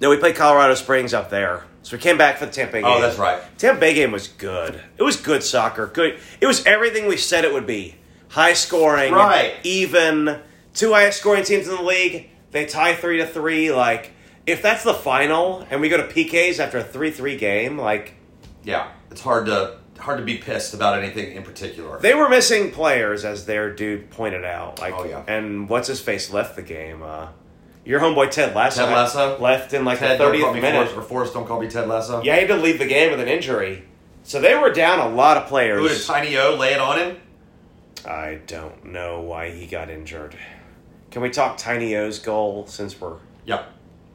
No, we played Colorado Springs up there. So we came back for the Tampa Bay game.
Oh, that's right.
Tampa Bay game was good. It was good soccer. Good. It was everything we said it would be. High scoring,
Right.
even. Two highest scoring teams in the league. They tie 3 to 3 like if that's the final and we go to PKs after a 3-3 game, like
Yeah, it's hard to hard to be pissed about anything in particular.
they were missing players as their dude pointed out. Like
Oh, yeah.
and what's his face left the game. Uh your homeboy Ted Lasso,
Ted Lasso?
left in like
Ted,
the
don't call me
30th minute.
Forrest, or Forrest, don't call me Ted Lasso.
Yeah, he had to leave the game with an injury. So they were down a lot of
Who did
players.
Tiny O lay it on him?
I don't know why he got injured. Can we talk Tiny O's goal since we're.
Yeah.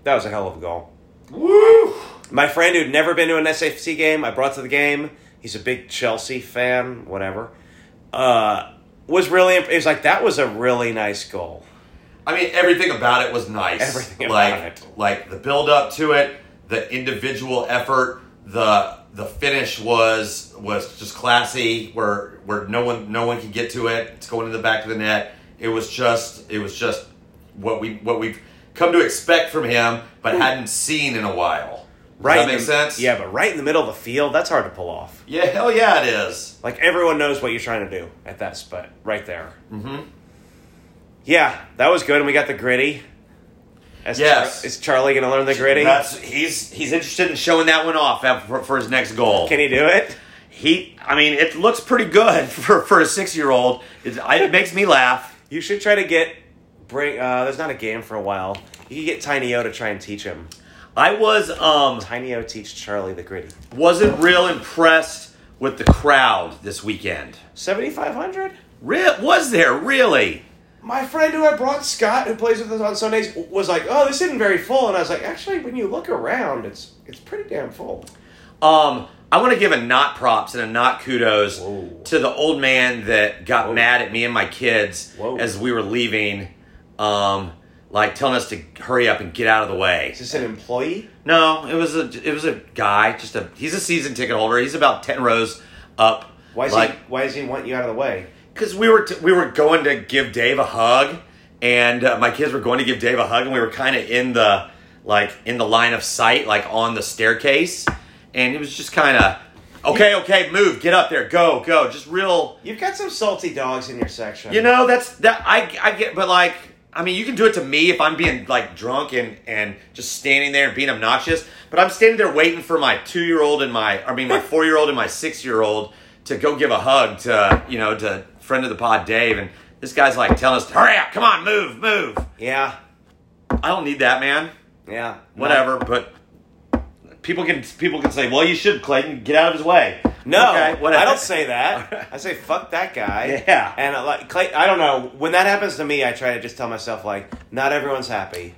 That was a hell of a goal.
Woo!
My friend who'd never been to an SFC game, I brought to the game. He's a big Chelsea fan, whatever. Uh, was really. imp- It was like, that was a really nice goal.
I mean, everything about it was nice.
Everything
like,
about it.
Like the build up to it, the individual effort, the the finish was was just classy. Where where no one no one can get to it. It's going in the back of the net. It was just it was just what we what we've come to expect from him, but hadn't seen in a while. Does
Right
that
in
make
the-
sense?
Yeah, but right in the middle of the field, that's hard to pull off.
Yeah. Hell yeah, it is.
Like everyone knows what you're trying to do at that spot, right there. Mm-hmm. Yeah, that was good, and we got the gritty. As
Yes.
is Charlie going to learn the gritty?
That's he's he's interested in showing that one off af- for, for his next goal.
Can he do it?
He, I mean, it looks pretty good for, for a six year old. It, I- it makes me laugh.
You should try to get bring. Uh, there's not a game for a while. You could get Tiny O to try and teach him.
I was um
Tiny O teach Charlie the gritty.
wasn't real impressed with the crowd this weekend.
Seventy five hundred.
Re- was there really?
My friend who I brought, Scott, who plays with us on Sundays, was like, "Oh, this isn't very full," and I was like, "Actually, when you look around, it's it's pretty damn full."
Um, I want to give a not props and a not kudos
Whoa.
to the old man that got
Whoa.
mad at me and my kids
Whoa.
as we were leaving, um, like telling us to hurry up and get out of the way.
Is this an employee?
No, it was a it was a guy. Just a he's a season ticket holder. He's about ten rows up.
Why is
like,
he? Why does he want you out of the way?
Because we were t- we were going to give Dave a hug, and uh, my kids were going to give Dave a hug, and we were kind of in the like in the line of sight, like on the staircase, and it was just kind of okay, okay, move, get up there, go, go, just real.
You've got some salty dogs in your section.
You know, that's that I I get, but like I mean, you can do it to me if I'm being like drunk and and just standing there and being obnoxious. But I'm standing there waiting for my two year old and my I mean my four year old and my six year old to go give a hug to you know to friend of the pod Dave and this guy's like telling us hurry up, come on, move, move.
Yeah,
I don't need that, man.
yeah.
Whatever, but. People can people can say, "Well, you should, Clayton, get out of his way."
No,
Okay,
I don't say that. I say fuck that guy.
Yeah.
And I, like Clay, I don't know. When that happens to me, I try to just tell myself like, not everyone's happy,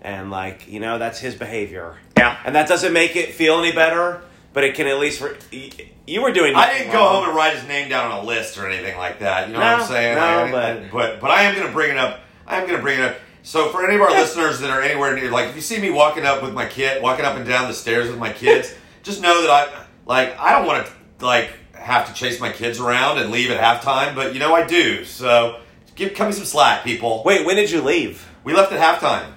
and like you know that's his behavior.
Yeah.
And that doesn't make it feel any better, but it can at least. Re- y- you were doing.
I didn't go
nothing
home
wrong.
and write his name down on a list or anything like that. You know what
No,
I'm saying?
no,
Like, I didn't-
but-
but but I am going to bring it up. I am going to bring it up. So for any of our listeners that are anywhere near, like if you see me walking up with my kid, walking up and down the stairs with my kids, just know that I Like I don't want to like have to chase my kids around and leave at halftime, but you know I do. So give cut me some slack, people.
Wait, when did you leave?
We left at halftime.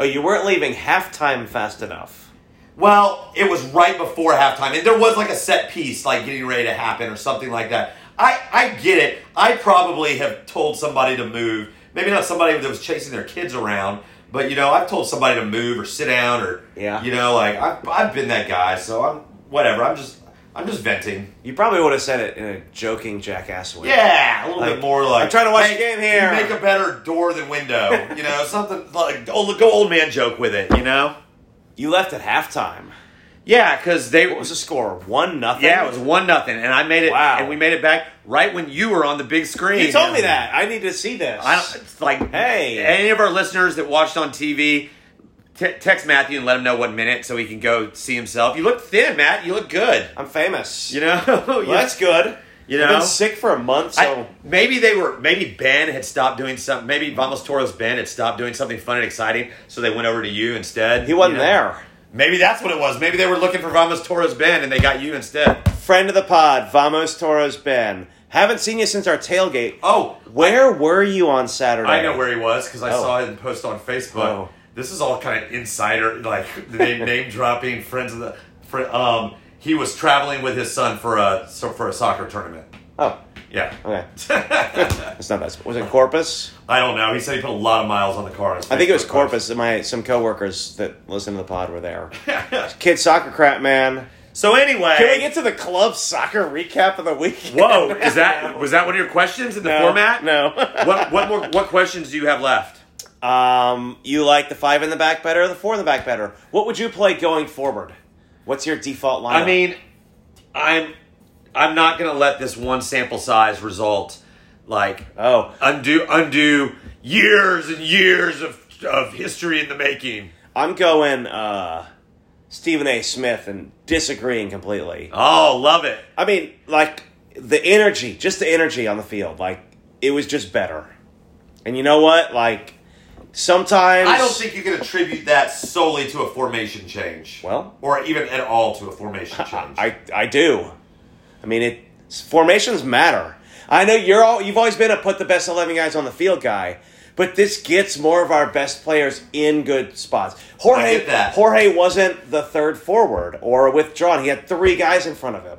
Oh, you weren't leaving halftime fast enough.
Well, it was right before halftime, and there was like a set piece, like getting ready to happen or something like that. I, I get it. I probably have told somebody to move. Maybe not somebody that was chasing their kids around, but you know, I've told somebody to move or sit down or
Yeah.
you know, like I've, I've been that guy. So I'm whatever. I'm just I'm just venting.
You probably would have said it in a joking jackass way.
Yeah, a little
Like,
bit more like
I'm trying to watch
hey,
the game here.
you Make a better door than window. you know, something like oh, go old man joke with it. You know.
You left at halftime.
Yeah, because they
What was the score? One nothing.
Yeah, it was one nothing, and I made it.
Wow.
And we made it back right when you were on the big screen.
You told me that. I need to see this.
I don't, it's like,
Hey.
any of our listeners that watched on TV, te- text Matthew and let him know what minute so he can go see himself. You look thin, Matt. You look good.
I'm famous.
You know, You-
Well, that's good.
You
I've
know?
been sick for a month, so
I- maybe they were. Maybe Ben had stopped doing something. Maybe Vamos Toros Ben had stopped doing something fun and exciting, so they went over to you instead.
he wasn't
you know?
there.
Maybe that's what it was. Maybe they were looking for Vamos Toros Ben, and they got you instead.
Friend of the pod, Vamos Toros Ben. Haven't seen you since our tailgate.
Oh,
Where were you on Saturday?
I know where he was because I
Oh.
saw him post on Facebook.
Oh.
This is all kind of insider, like name, name dropping friends of the. Fr- um, he was traveling with his son for a so for a soccer tournament.
Oh,
Yeah,
okay. it's not that. Was it Corpus?
I don't know. He said he put a lot of miles on the car. on his
I think it was
Facebook
Corpus. that My some coworkers that listen to the pod were there.
post.
Kid soccer crap, man.
so anyway,
Can we get to the club soccer recap of the week?
whoa, is that was that one of your questions in the
No,
format?
No.
what what more what questions do you have left?
Um, you like the five in the back better or the four in the back better? What would you play going forward? What's your default lineup?
I mean, I'm I'm not gonna let this one sample size result like
oh,
undo undo years and years of of history in the making.
I'm going uh, Stephen A. Smith and disagreeing completely.
Oh, love it.
I mean, like the energy, just the energy on the field, like it was just better. And you know what? Like sometimes
I don't think you can attribute that solely to a formation change.
Well-
or even at all to a formation change.
I I do. I mean, it formations matter. I know you're all you've always been a put the best eleven guys on the field guy, but this gets more of our best players in good spots. Jorge
I get that.
Jorge wasn't the third forward or withdrawn. He had three guys in front of him.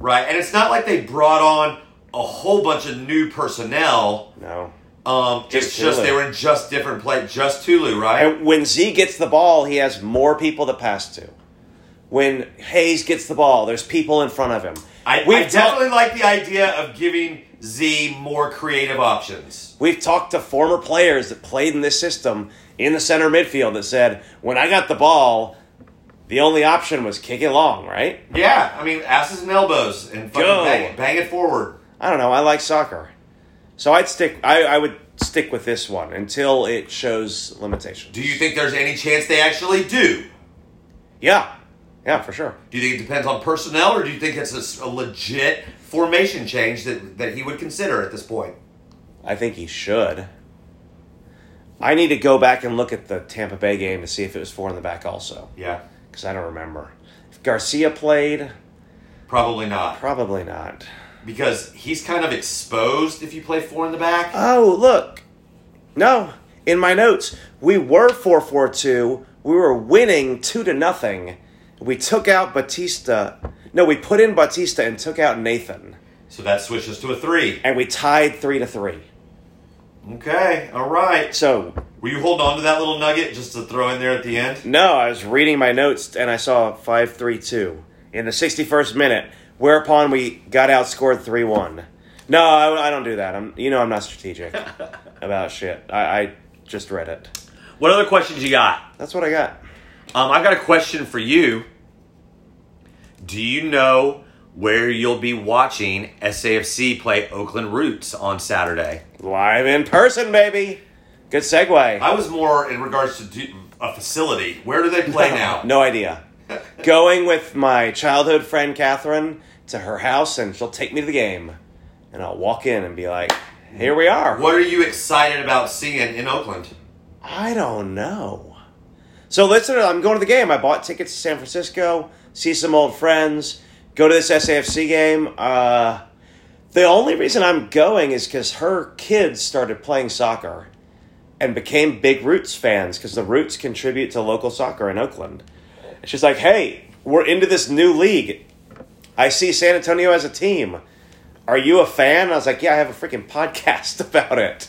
right, and it's not like they brought on a whole bunch of new personnel.
No.
Um, it's
Just
just
Tulu.
they were in just different play, just Tulu, right?
And when Z gets the ball, he has more people to pass to. When Hayes gets the ball, there's people in front of him.
I,
We've
I
talked-
definitely like the idea of giving Z more creative options.
We've talked to former players that played in this system in the center midfield that said, when I got the ball, the only option was kick it long, right?
Yeah, I mean asses and elbows and fucking
Go.
bang, it- bang it forward.
I don't know. I like soccer. So I'd stick, I, I would stick with this one until it shows limitations.
Do you think there's any chance they actually do?
Yeah. Yeah, for sure.
Do you think it depends on personnel, or do you think it's a s- a, legit formation change that, that he would consider at this point?
I think he should. I need to go back and look at the Tampa Bay game to see if it was four in the back also,
Yeah,
because I don't remember. If Garcia played,
probably not,
probably not.
because he's kind of exposed if you play four in the back.
Oh, look. No, in my notes, we were 4-4-2. We were winning 2 to nothing. We took out Batista. No, we put in Batista and took out Nathan.
So that switches to a three.
And we tied 3 to 3.
Okay, all right.
So,
Will you hold on to that little nugget just to throw in there at the end?
no, I was reading my notes and I saw 5-3-2 in the 61st minute, whereupon we got outscored 3-1. No, I, I don't do that. I'm, you know I'm not strategic about shit. I, I just read it.
What other questions you got?
That's what I got.
Um, I got a question for you. Do you know where you'll be watching SAFC play Oakland Roots on Saturday?
Live in person, baby. Good segue.
I was more in regards to do, a facility. Where do they play now?
No idea. Going with my childhood friend Catherine to her house, and she'll take me to the game, and I'll walk in and be like, "Here we are."
What are you excited about seeing in Oakland?
I don't know. So, listener, I'm going to the game. I bought tickets to San Francisco, see some old friends, go to this SAFC game. Uh, the only reason I'm going is because her kids started playing soccer and became big Roots fans because the Roots contribute to local soccer in Oakland. And she's like, hey, we're into this new league. I see San Antonio as a team. Are you a fan? And I was like, yeah, I have a freaking podcast about it.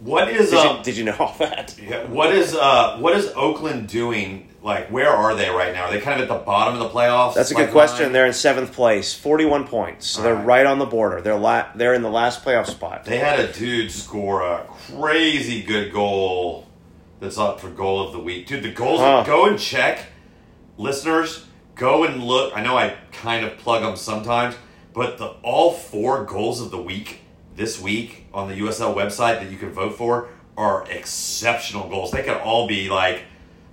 What is
Did,
um,
you, did you know all that?
yeah, what is uh what is Oakland doing? Like, where are they right now? Are they kind of at the bottom of the playoffs?
That's a good
Like,
question.
line?
They're in seventh place, forty-one points. So they're
Alright.
right on the border. They're la- They're in the last playoff spot.
They had a dude score a crazy good goal that's up for goal of the week. Dude, the goals,
Huh.
go and check. Listeners, go and look. I know I kind of plug them sometimes, but the all four goals of the week this week on the USL website that you can vote for are exceptional goals. They could all be like,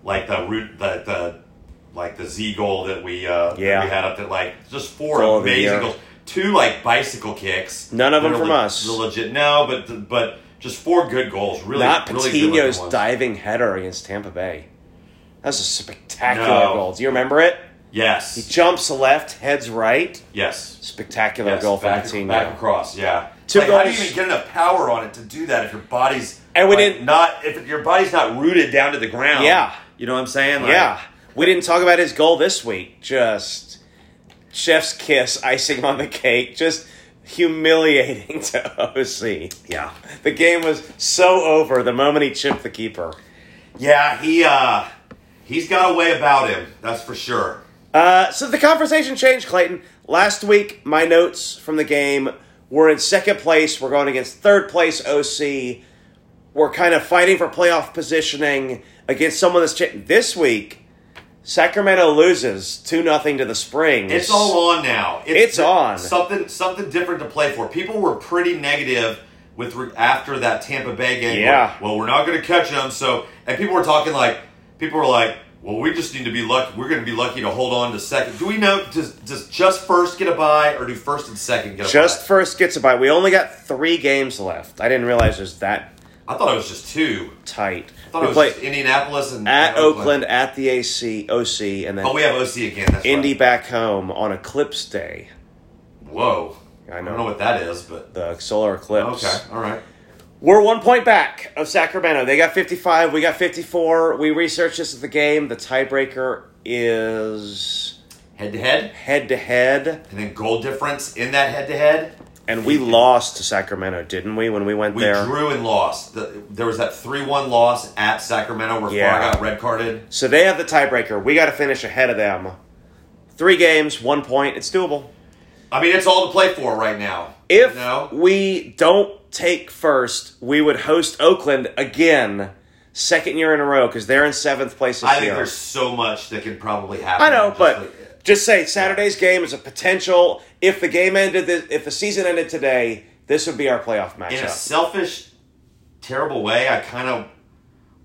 like the root, the, the, like the Z goal that we, uh, that
Yeah.
we had up there, like just four
Goal of the
amazing
year.
goals. Two like bicycle kicks.
None of them
They're
from
le-
us.
the legit. No, but but just four good goals. Really,
Not
really good
Patino's
looking ones.
diving header against Tampa Bay. That was a spectacular
No.
goal. Do you remember it? He
Yes,
jumps left, heads right.
yes,
Spectacular
yes.
goal from
back,
Patino.
back across. Yeah.
Two
like, How do you
goals.
even get enough power on it to do that if your body's
And we
like,
didn't-
not if your body's not rooted down to the ground?
Yeah.
you know what I'm saying? Like,
Yeah, we didn't talk about his goal this week. Just chef's kiss, icing on the cake. Just humiliating to OC.
yeah,
The game was so over the moment he chipped the keeper.
yeah. He uh, he's got a way about him. That's for sure.
Uh, so the conversation changed, Clayton. Last week, my notes from the game were in second place. We're going against third place OC. We're kind of fighting for playoff positioning against someone that's. Cha- this week, Sacramento loses 2 0 to the Springs.
It's all on now.
It's on.
Something something different to play for. People were pretty negative with re- after that Tampa Bay game.
Yeah.
Well, we're not going to catch them. So, and people were talking like, people were like, well, we just need to be lucky. We're going to be lucky to hold on to second. Do we know? Does does just first get a bye, or do first and second get a
Just
bye?
first gets a bye. We only got three games left. I didn't realize it was that
I thought it was just two.
tight.
I thought
We
it was
play
just Indianapolis and
at
and
Oakland, at the AC, OC, and then
Oh, we have OC again. That's
Indy
Right.
back home on Eclipse Day,
Whoa.
I
I
know.
don't know what that is, but
the solar eclipse.
okay, all right.
We're one point back of Sacramento. They got 55. We got 54. We researched this at the game. The tiebreaker is
Head to head.
head to head.
and then goal difference in that head to head.
And we lost to Sacramento, didn't we, when we went
We
there?
drew and lost. The, there was that 3 1 loss at Sacramento where
Yeah.
Farr got red carded.
so they have the tiebreaker. We got to finish ahead of them. Three games, one point. It's doable.
I mean, it's all to play for right now.
If
You know?
we don't take first, we would host Oakland again, second year in a row, because they're in seventh place this
I think
year.
there's so much that could probably happen.
I know,
Just
but
like-
just say Saturday's game is a potential. If the game ended, this, if the season ended today, this would be our playoff
in a
matchup.
selfish, terrible way, I kind of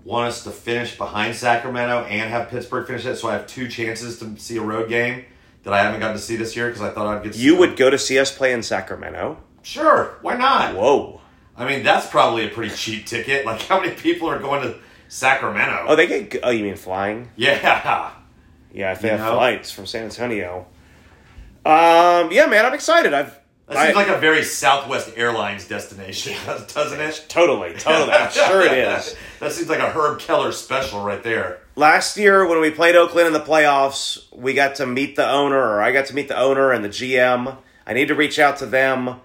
want us to finish behind Sacramento and have Pittsburgh finish it. So I have two chances to see a road game that I haven't gotten to see this year because I thought I'd get to see
You would
them.
go to see us play in Sacramento.
Sure, why not?
Whoa!
I mean, that's probably a pretty cheap ticket. Like, how many people are going to Sacramento?
Oh, they get. Oh, you mean flying?
yeah.
Yeah, if they
You
have
know?
flights from San Antonio. Um. Yeah, man, I'm excited. I've.
That
I-
seems like a very Southwest Airlines destination, doesn't it?
totally, totally. I'm sure it is.
That seems like a Herb Keller special right there.
last year when we played Oakland in the playoffs, we got to meet the owner, or I got to meet the owner and the GM. I need to reach out to them,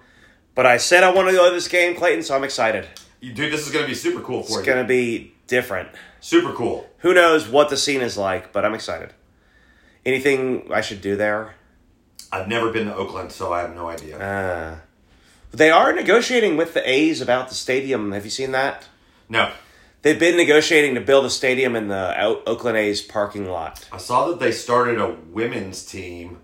but I said I want to go to this game, Clayton, so I'm excited.
You- Dude, this is going to be super cool for
It's
you.
going to be different.
super cool.
Who knows what the scene is like, but I'm excited. Anything I should do there?
I've never been to Oakland, so I have no idea.
Uh, they are negotiating with the A's about the stadium. Have you seen that?
no.
They've been negotiating to build a stadium in the O- Oakland A's parking lot.
I saw that they started a women's team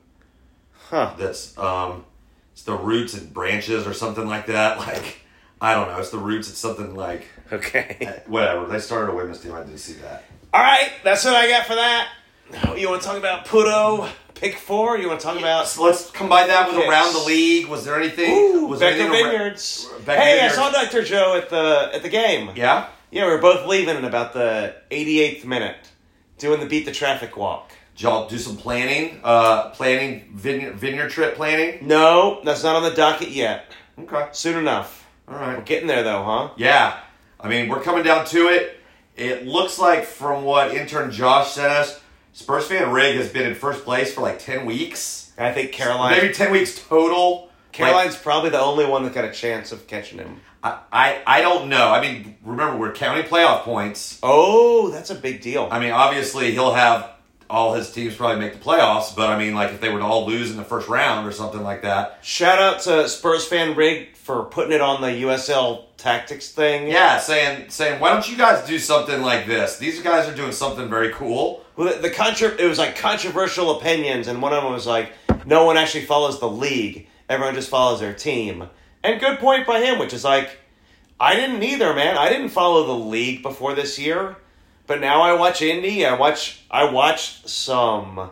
Huh.
that's, um, it's the Roots and Branches or something like that. Like, I don't know. It's the Roots. It's something like,
Okay.
whatever. They started a women's team. I didn't see that.
All right, that's what I got for that. You want to talk about Puto pick four? You want to talk about
So let's combine that with
Yes.
around the league. Was there anything?
Ooh,
was there
Becker
anything around-
Vineyards?
Becker
hey, I
Vineyards.
saw Doctor Joe at the at the game.
Yeah.
yeah, we were both leaving in about the 88th minute, doing the beat the traffic walk.
Did y'all do some planning? Uh, planning vineyard, vineyard trip planning.
No, that's not on the docket yet.
Okay.
Soon enough.
All right.
We're getting there though, huh?
Yeah. I mean, we're coming down to it. It looks like from what intern Josh sent us, Spurs fan Rig has been in first place for like 10 weeks.
I think Caroline.
Maybe 10 weeks total.
Caroline's probably the only one that got a chance of catching him.
Like, I, I, I don't know. I mean, remember, we're counting playoff points.
Oh, that's a big deal.
I mean, obviously, he'll have all his teams probably make the playoffs, but I mean, like, if they were to all lose in the first round or something like that.
Shout out to Spurs fan Rig for putting it on the USL tactics thing.
Yeah, saying, saying, why don't you guys do something like this? These guys are doing something very cool.
Well, the, the contro- it was like controversial opinions, and one of them was like, no one actually follows the league. Everyone just follows their team. And good point by him, which is like, I didn't either, man. I didn't follow the league before this year, but now I watch Indy. I watch. I watched some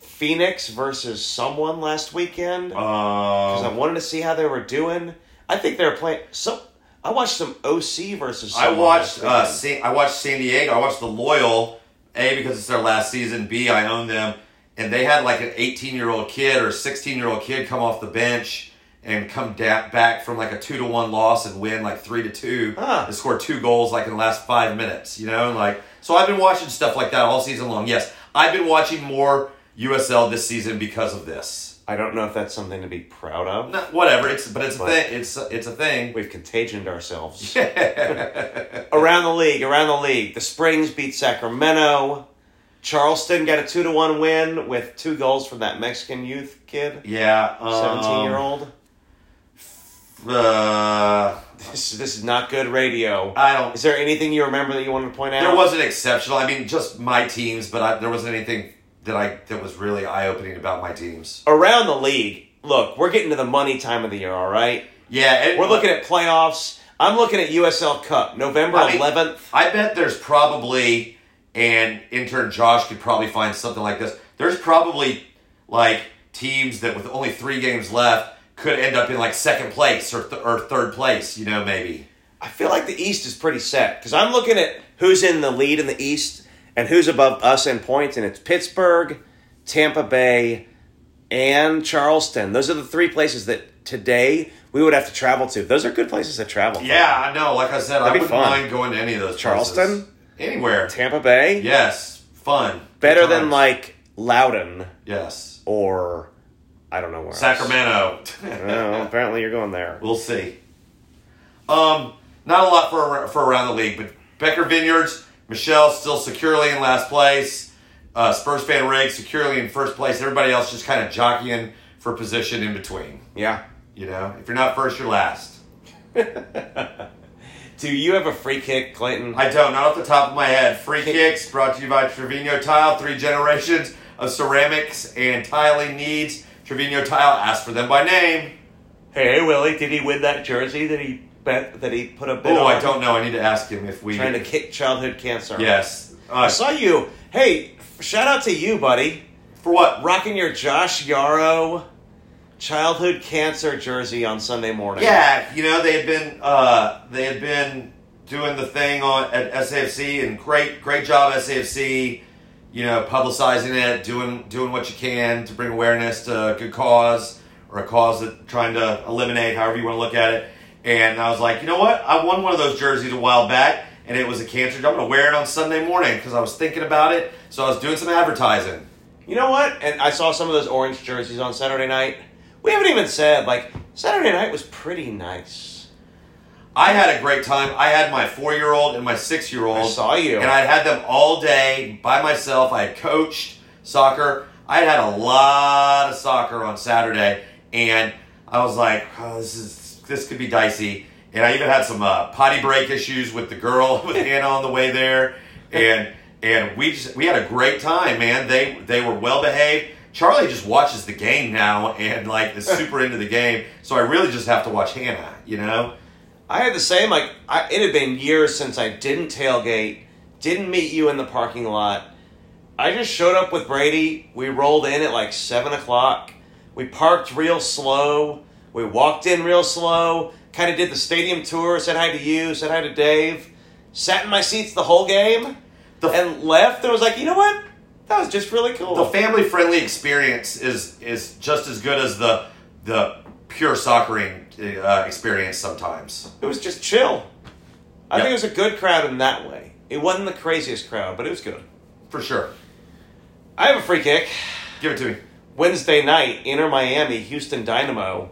Phoenix versus someone last weekend
Oh.
because I
Um,
wanted to see how they were doing. I think they were playing. So I watched some OC versus.
I
Someone
watched uh,
last
San, I watched San Diego. I watched the Loyal. A because it's their last season. B I own them, and they had like an 18 year old kid or 16 year old kid come off the bench and come da- back from like a two to one loss and win like three to two
Huh.
and score two goals like in the last five minutes. You know, like so I've been watching stuff like that all season long. Yes, I've been watching more USL this season because of this.
I don't know if that's something to be proud of.
Not, whatever. It's but it's a
But-
thing. It's it's a thing.
We've contagioned ourselves. around the league, around the league. The Springs beat Sacramento. Charleston got a two to one win with two goals from that Mexican youth kid,
Yeah, um,
seventeen year old.
Uh,
This, this is not good radio.
I don't.
Is there anything you remember that you wanted to point out?
There wasn't exceptional. I mean, just my teams, but I, there wasn't anything that I that was really eye opening about my teams.
around the league. Look, we're getting to the money time of the year. All right,
Yeah, and
we're looking at playoffs. I'm looking at USL Cup, November
I mean-
11th.
I bet there's probably, and intern Josh could probably find something like this. There's probably like teams that with only three games left could end up in like second place or th- or third place. You know, maybe.
I feel like the East is pretty set because I'm looking at who's in the lead in the East and who's above us in points, and it's Pittsburgh, Tampa Bay, and Charleston. Those are the three places that today we would have to travel to. Those are good places to travel. to.
Yeah, I know. Like I said, I
That'd be
wouldn't
fun.
mind going to any of those.
Charleston?
places. anywhere.
Tampa Bay,
Yes, fun.
better
Good
than
times.
like Loudon
yes,
or I don't know where. else.
Sacramento.
Oh, apparently you're going there.
We'll see. Um, not a lot for for around the league, but Becker Vineyards, Michelle still securely in last place. Uh, Spurs fan Rig securely in first place. Everybody else just kind of jockeying for position in between.
Yeah.
You know, if you're not first, you're last.
Do you have a free kick, Clayton?
I don't. Not off the top of my head. Free kicks brought to you by Trevino Tile. Three generations of ceramics and tiling needs. Trevino Tile. Ask for them by name.
hey, Willie, did he win that jersey that he bet that he put a bid
Oh,
on?
I don't know. I need to ask him if we.
Trying to kick childhood cancer.
Yes.
I
Uh,
saw you. Hey, shout out to you, buddy.
for what?
Rocking your Josh Yarrow childhood cancer jersey on Sunday morning.
Yeah, you know they had been uh, they had been doing the thing on at SAFC and great great job SAFC, you know publicizing it, doing doing what you can to bring awareness to a good cause or a cause that trying to eliminate, however you want to look at it. And I was like, you know what? I won one of those jerseys a while back, and it was a cancer. I'm gonna wear it on Sunday morning because I was thinking about it. So I was doing some advertising.
You know what? And I saw some of those orange jerseys on Saturday night. We haven't even said, like, Saturday night was pretty nice.
I had a great time. I had my four year old and my six year
I
old.
saw you.
And I had them all day by myself. I had coached soccer. I had had a lot of soccer on Saturday, and I was like, oh, "This is this could be dicey." And I even had some uh, potty break issues with the girl with Hannah on the way there, and and we just we had a great time, man. They they were well behaved. Charlie just watches the game now and like is super into the game, so I really just have to watch Hannah, you know.
I had the same. Like I, it had been years since I didn't tailgate, didn't meet you in the parking lot. I just showed up with Brady. We rolled in at like seven o'clock. We parked real slow. We walked in real slow. Kind of did the stadium tour. Said hi to you. Said hi to Dave. Sat in my seats the whole game,
The-
and left. And was like, you know what? That was just really cool.
The family friendly experience is is just as good as the the pure soccering uh, experience sometimes.
it was just chill. I
Yep.
think it was a good crowd in that way. It wasn't the craziest crowd, but it was good.
For sure.
I have a free kick.
Give it to me.
Wednesday night, Inter Miami, Houston Dynamo,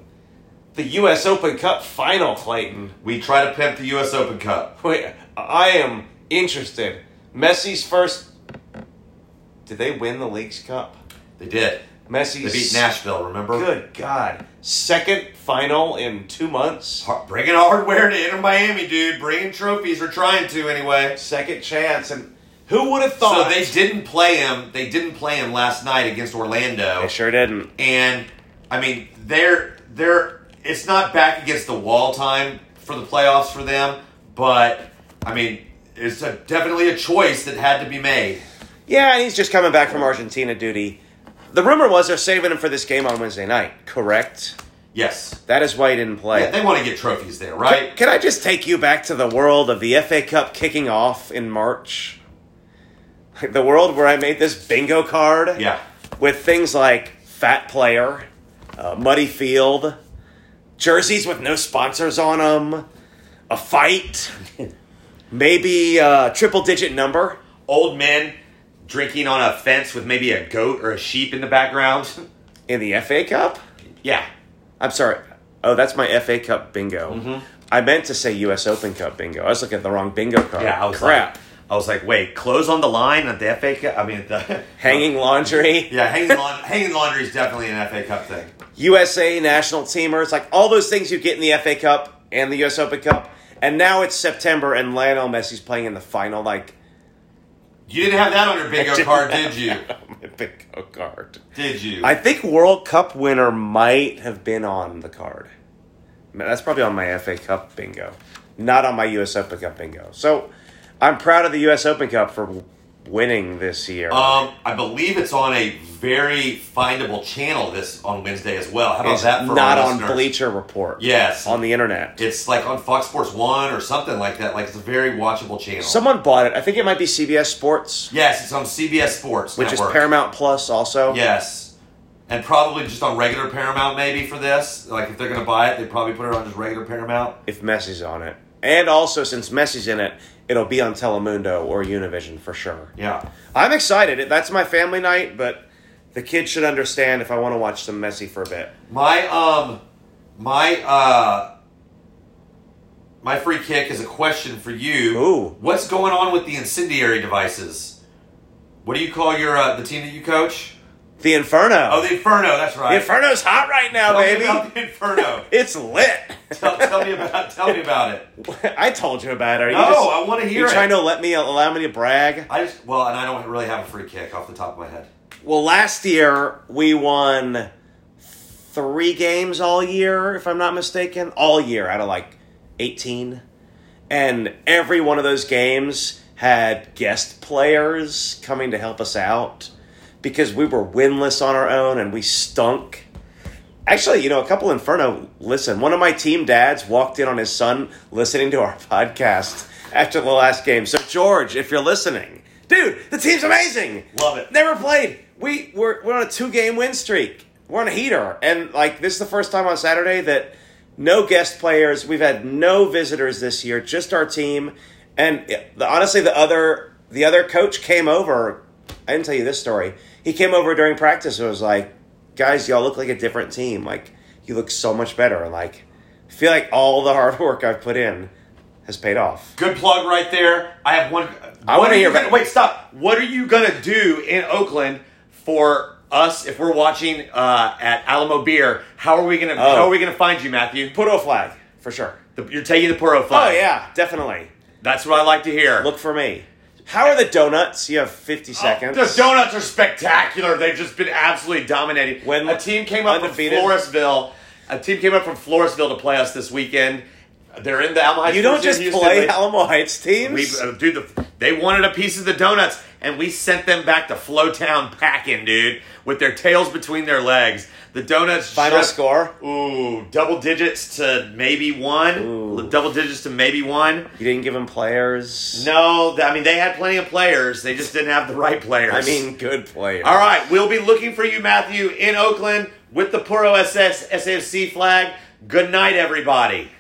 the U.S. Open Cup final, Clayton.
We try to pimp the U.S. Open Cup.
Wait, I am interested. Messi's first. Did they win the League's Cup?
They did. They
Messi's
beat Nashville. Remember?
Good God! Second final in two months.
Har- Bringing hardware to Inter Miami, dude. Bringing trophies or trying to anyway.
Second chance, and who would have
So
thought?
they didn't play him. They didn't play him last night against Orlando.
They sure didn't.
and I mean they're they're it's not back against the wall time for the playoffs for them, but I mean it's a, definitely a choice that had to be made.
Yeah, and he's just coming back from Argentina duty. The rumor was they're saving him for this game on Wednesday night. Correct.
Yes,
That is why he didn't play.
Yeah, they want to get trophies there, right?
Can I just take you back to the world of the FA Cup kicking off in March? The world where I made this bingo card
Yeah,
with things like fat player, uh, muddy field, jerseys with no sponsors on them, a fight, maybe a triple digit number.
old men drinking on a fence with maybe a goat or a sheep in the background.
in the FA Cup?
yeah,
I'm sorry. Oh, that's my FA Cup bingo.
Mm-hmm.
I meant to say U.S. Open Cup bingo. I was looking at the wrong bingo card.
yeah. I was
Crap.
Like, I was like, wait, clothes on the line at the FA Cup. I mean, at the
Hanging laundry,
Yeah, hanging laundry, hanging laundry is definitely an FA Cup thing.
USA national teamers, like all those things you get in the FA Cup and the U.S. Open Cup. And now it's September, and Lionel Messi's playing in the final. Like
You didn't have that on your bingo card, did you?
my bingo card.
Did you?
I think World Cup winner might have been on the card. Man, That's probably on my FA Cup bingo, not on my U.S. Open Cup bingo. So I'm proud of the U.S. Open Cup for w- winning this year.
Um, I believe it's on a very findable channel this on Wednesday as well. How about
It's
that for
not
our
on
listeners?
Bleacher Report.
Yes.
on the internet.
It's like on Fox Sports One or something like that. Like it's a very watchable channel.
Someone bought it. I think it might be CBS Sports,
yes, it's on CBS Sports,
which
Network.
is Paramount Plus also.
Yes, and probably just on regular Paramount maybe for this. Like if they're gonna buy it, they probably put it on just regular Paramount.
if Messi's on it. And also, since Messi's in it, it'll be on Telemundo or Univision for sure.
Yeah,
I'm excited. That's my family night, but the kids should understand if I want to watch some Messi for a bit.
my um, my uh. My free kick is a question for you.
Ooh.
What's going on with the incendiary devices? What do you call your uh, the team that you coach?
The Inferno.
Oh, the Inferno. That's right.
The Inferno's hot right now,
Tell
baby.
me about the Inferno.
It's lit.
tell, tell me about. Tell me about it.
I told you about it. Are you
No,
just-
I want to hear
you
it.
trying to let me allow me to brag?
I just well, and I don't really have a free kick off the top of my head.
Well, last year we won three games all year, if I'm not mistaken. All year out of like 18. And every one of those games had guest players coming to help us out because we were winless on our own and we stunk. Actually, you know, a couple Inferno, listen, one of my team dads walked in on his son listening to our podcast after the last game. So, George, if you're listening, dude, the team's amazing.
Love it.
Never played. We we're, we're on a two game win streak. We're on a heater, and like this is the first time on Saturday that no guest players. We've had no visitors this year. Just our team, and it- the, honestly, the other the other coach came over. I didn't tell you this story. He came over during practice and was like, "Guys, y'all look like a different team. Like you look so much better. Like I feel like all the hard work I've put in has paid off."
Good plug right there. I have one.
I
what
wanna
are you
hear about
gonna-
it.
Wait, stop. What are you gonna do in Oakland for us if we're watching uh, at Alamo Beer? How are we gonna?
Oh.
How are we gonna find you, Matthew?
Puro flag for sure.
The, you're taking the Poro
Oh
flag.
yeah, definitely.
that's what I like to hear.
Look for me. How are the donuts? You have 50 seconds.
Oh, The donuts are spectacular. They've just been absolutely dominating.
When
a team came up
undefeated-
from Floresville, a team came up from Floresville to play us this weekend. They're in the Alamo Heights.
you don't
Cruise in
just
Houston.
play
We-
Alamo Heights
we,
teams?
uh, dude, the, They wanted a piece of the donuts, and we sent them back to Flowtown packing, dude, with their tails between their legs. The donuts
Final
just-
score.
Ooh, double digits to maybe one.
Ooh.
Double digits to maybe one.
You didn't give him players.
No, th- I mean they had plenty of players. They just didn't have the right players.
I mean good players.
all right, we'll be looking for you, Matthew, in Oakland with the Puro SS SAFC flag. Good night, everybody.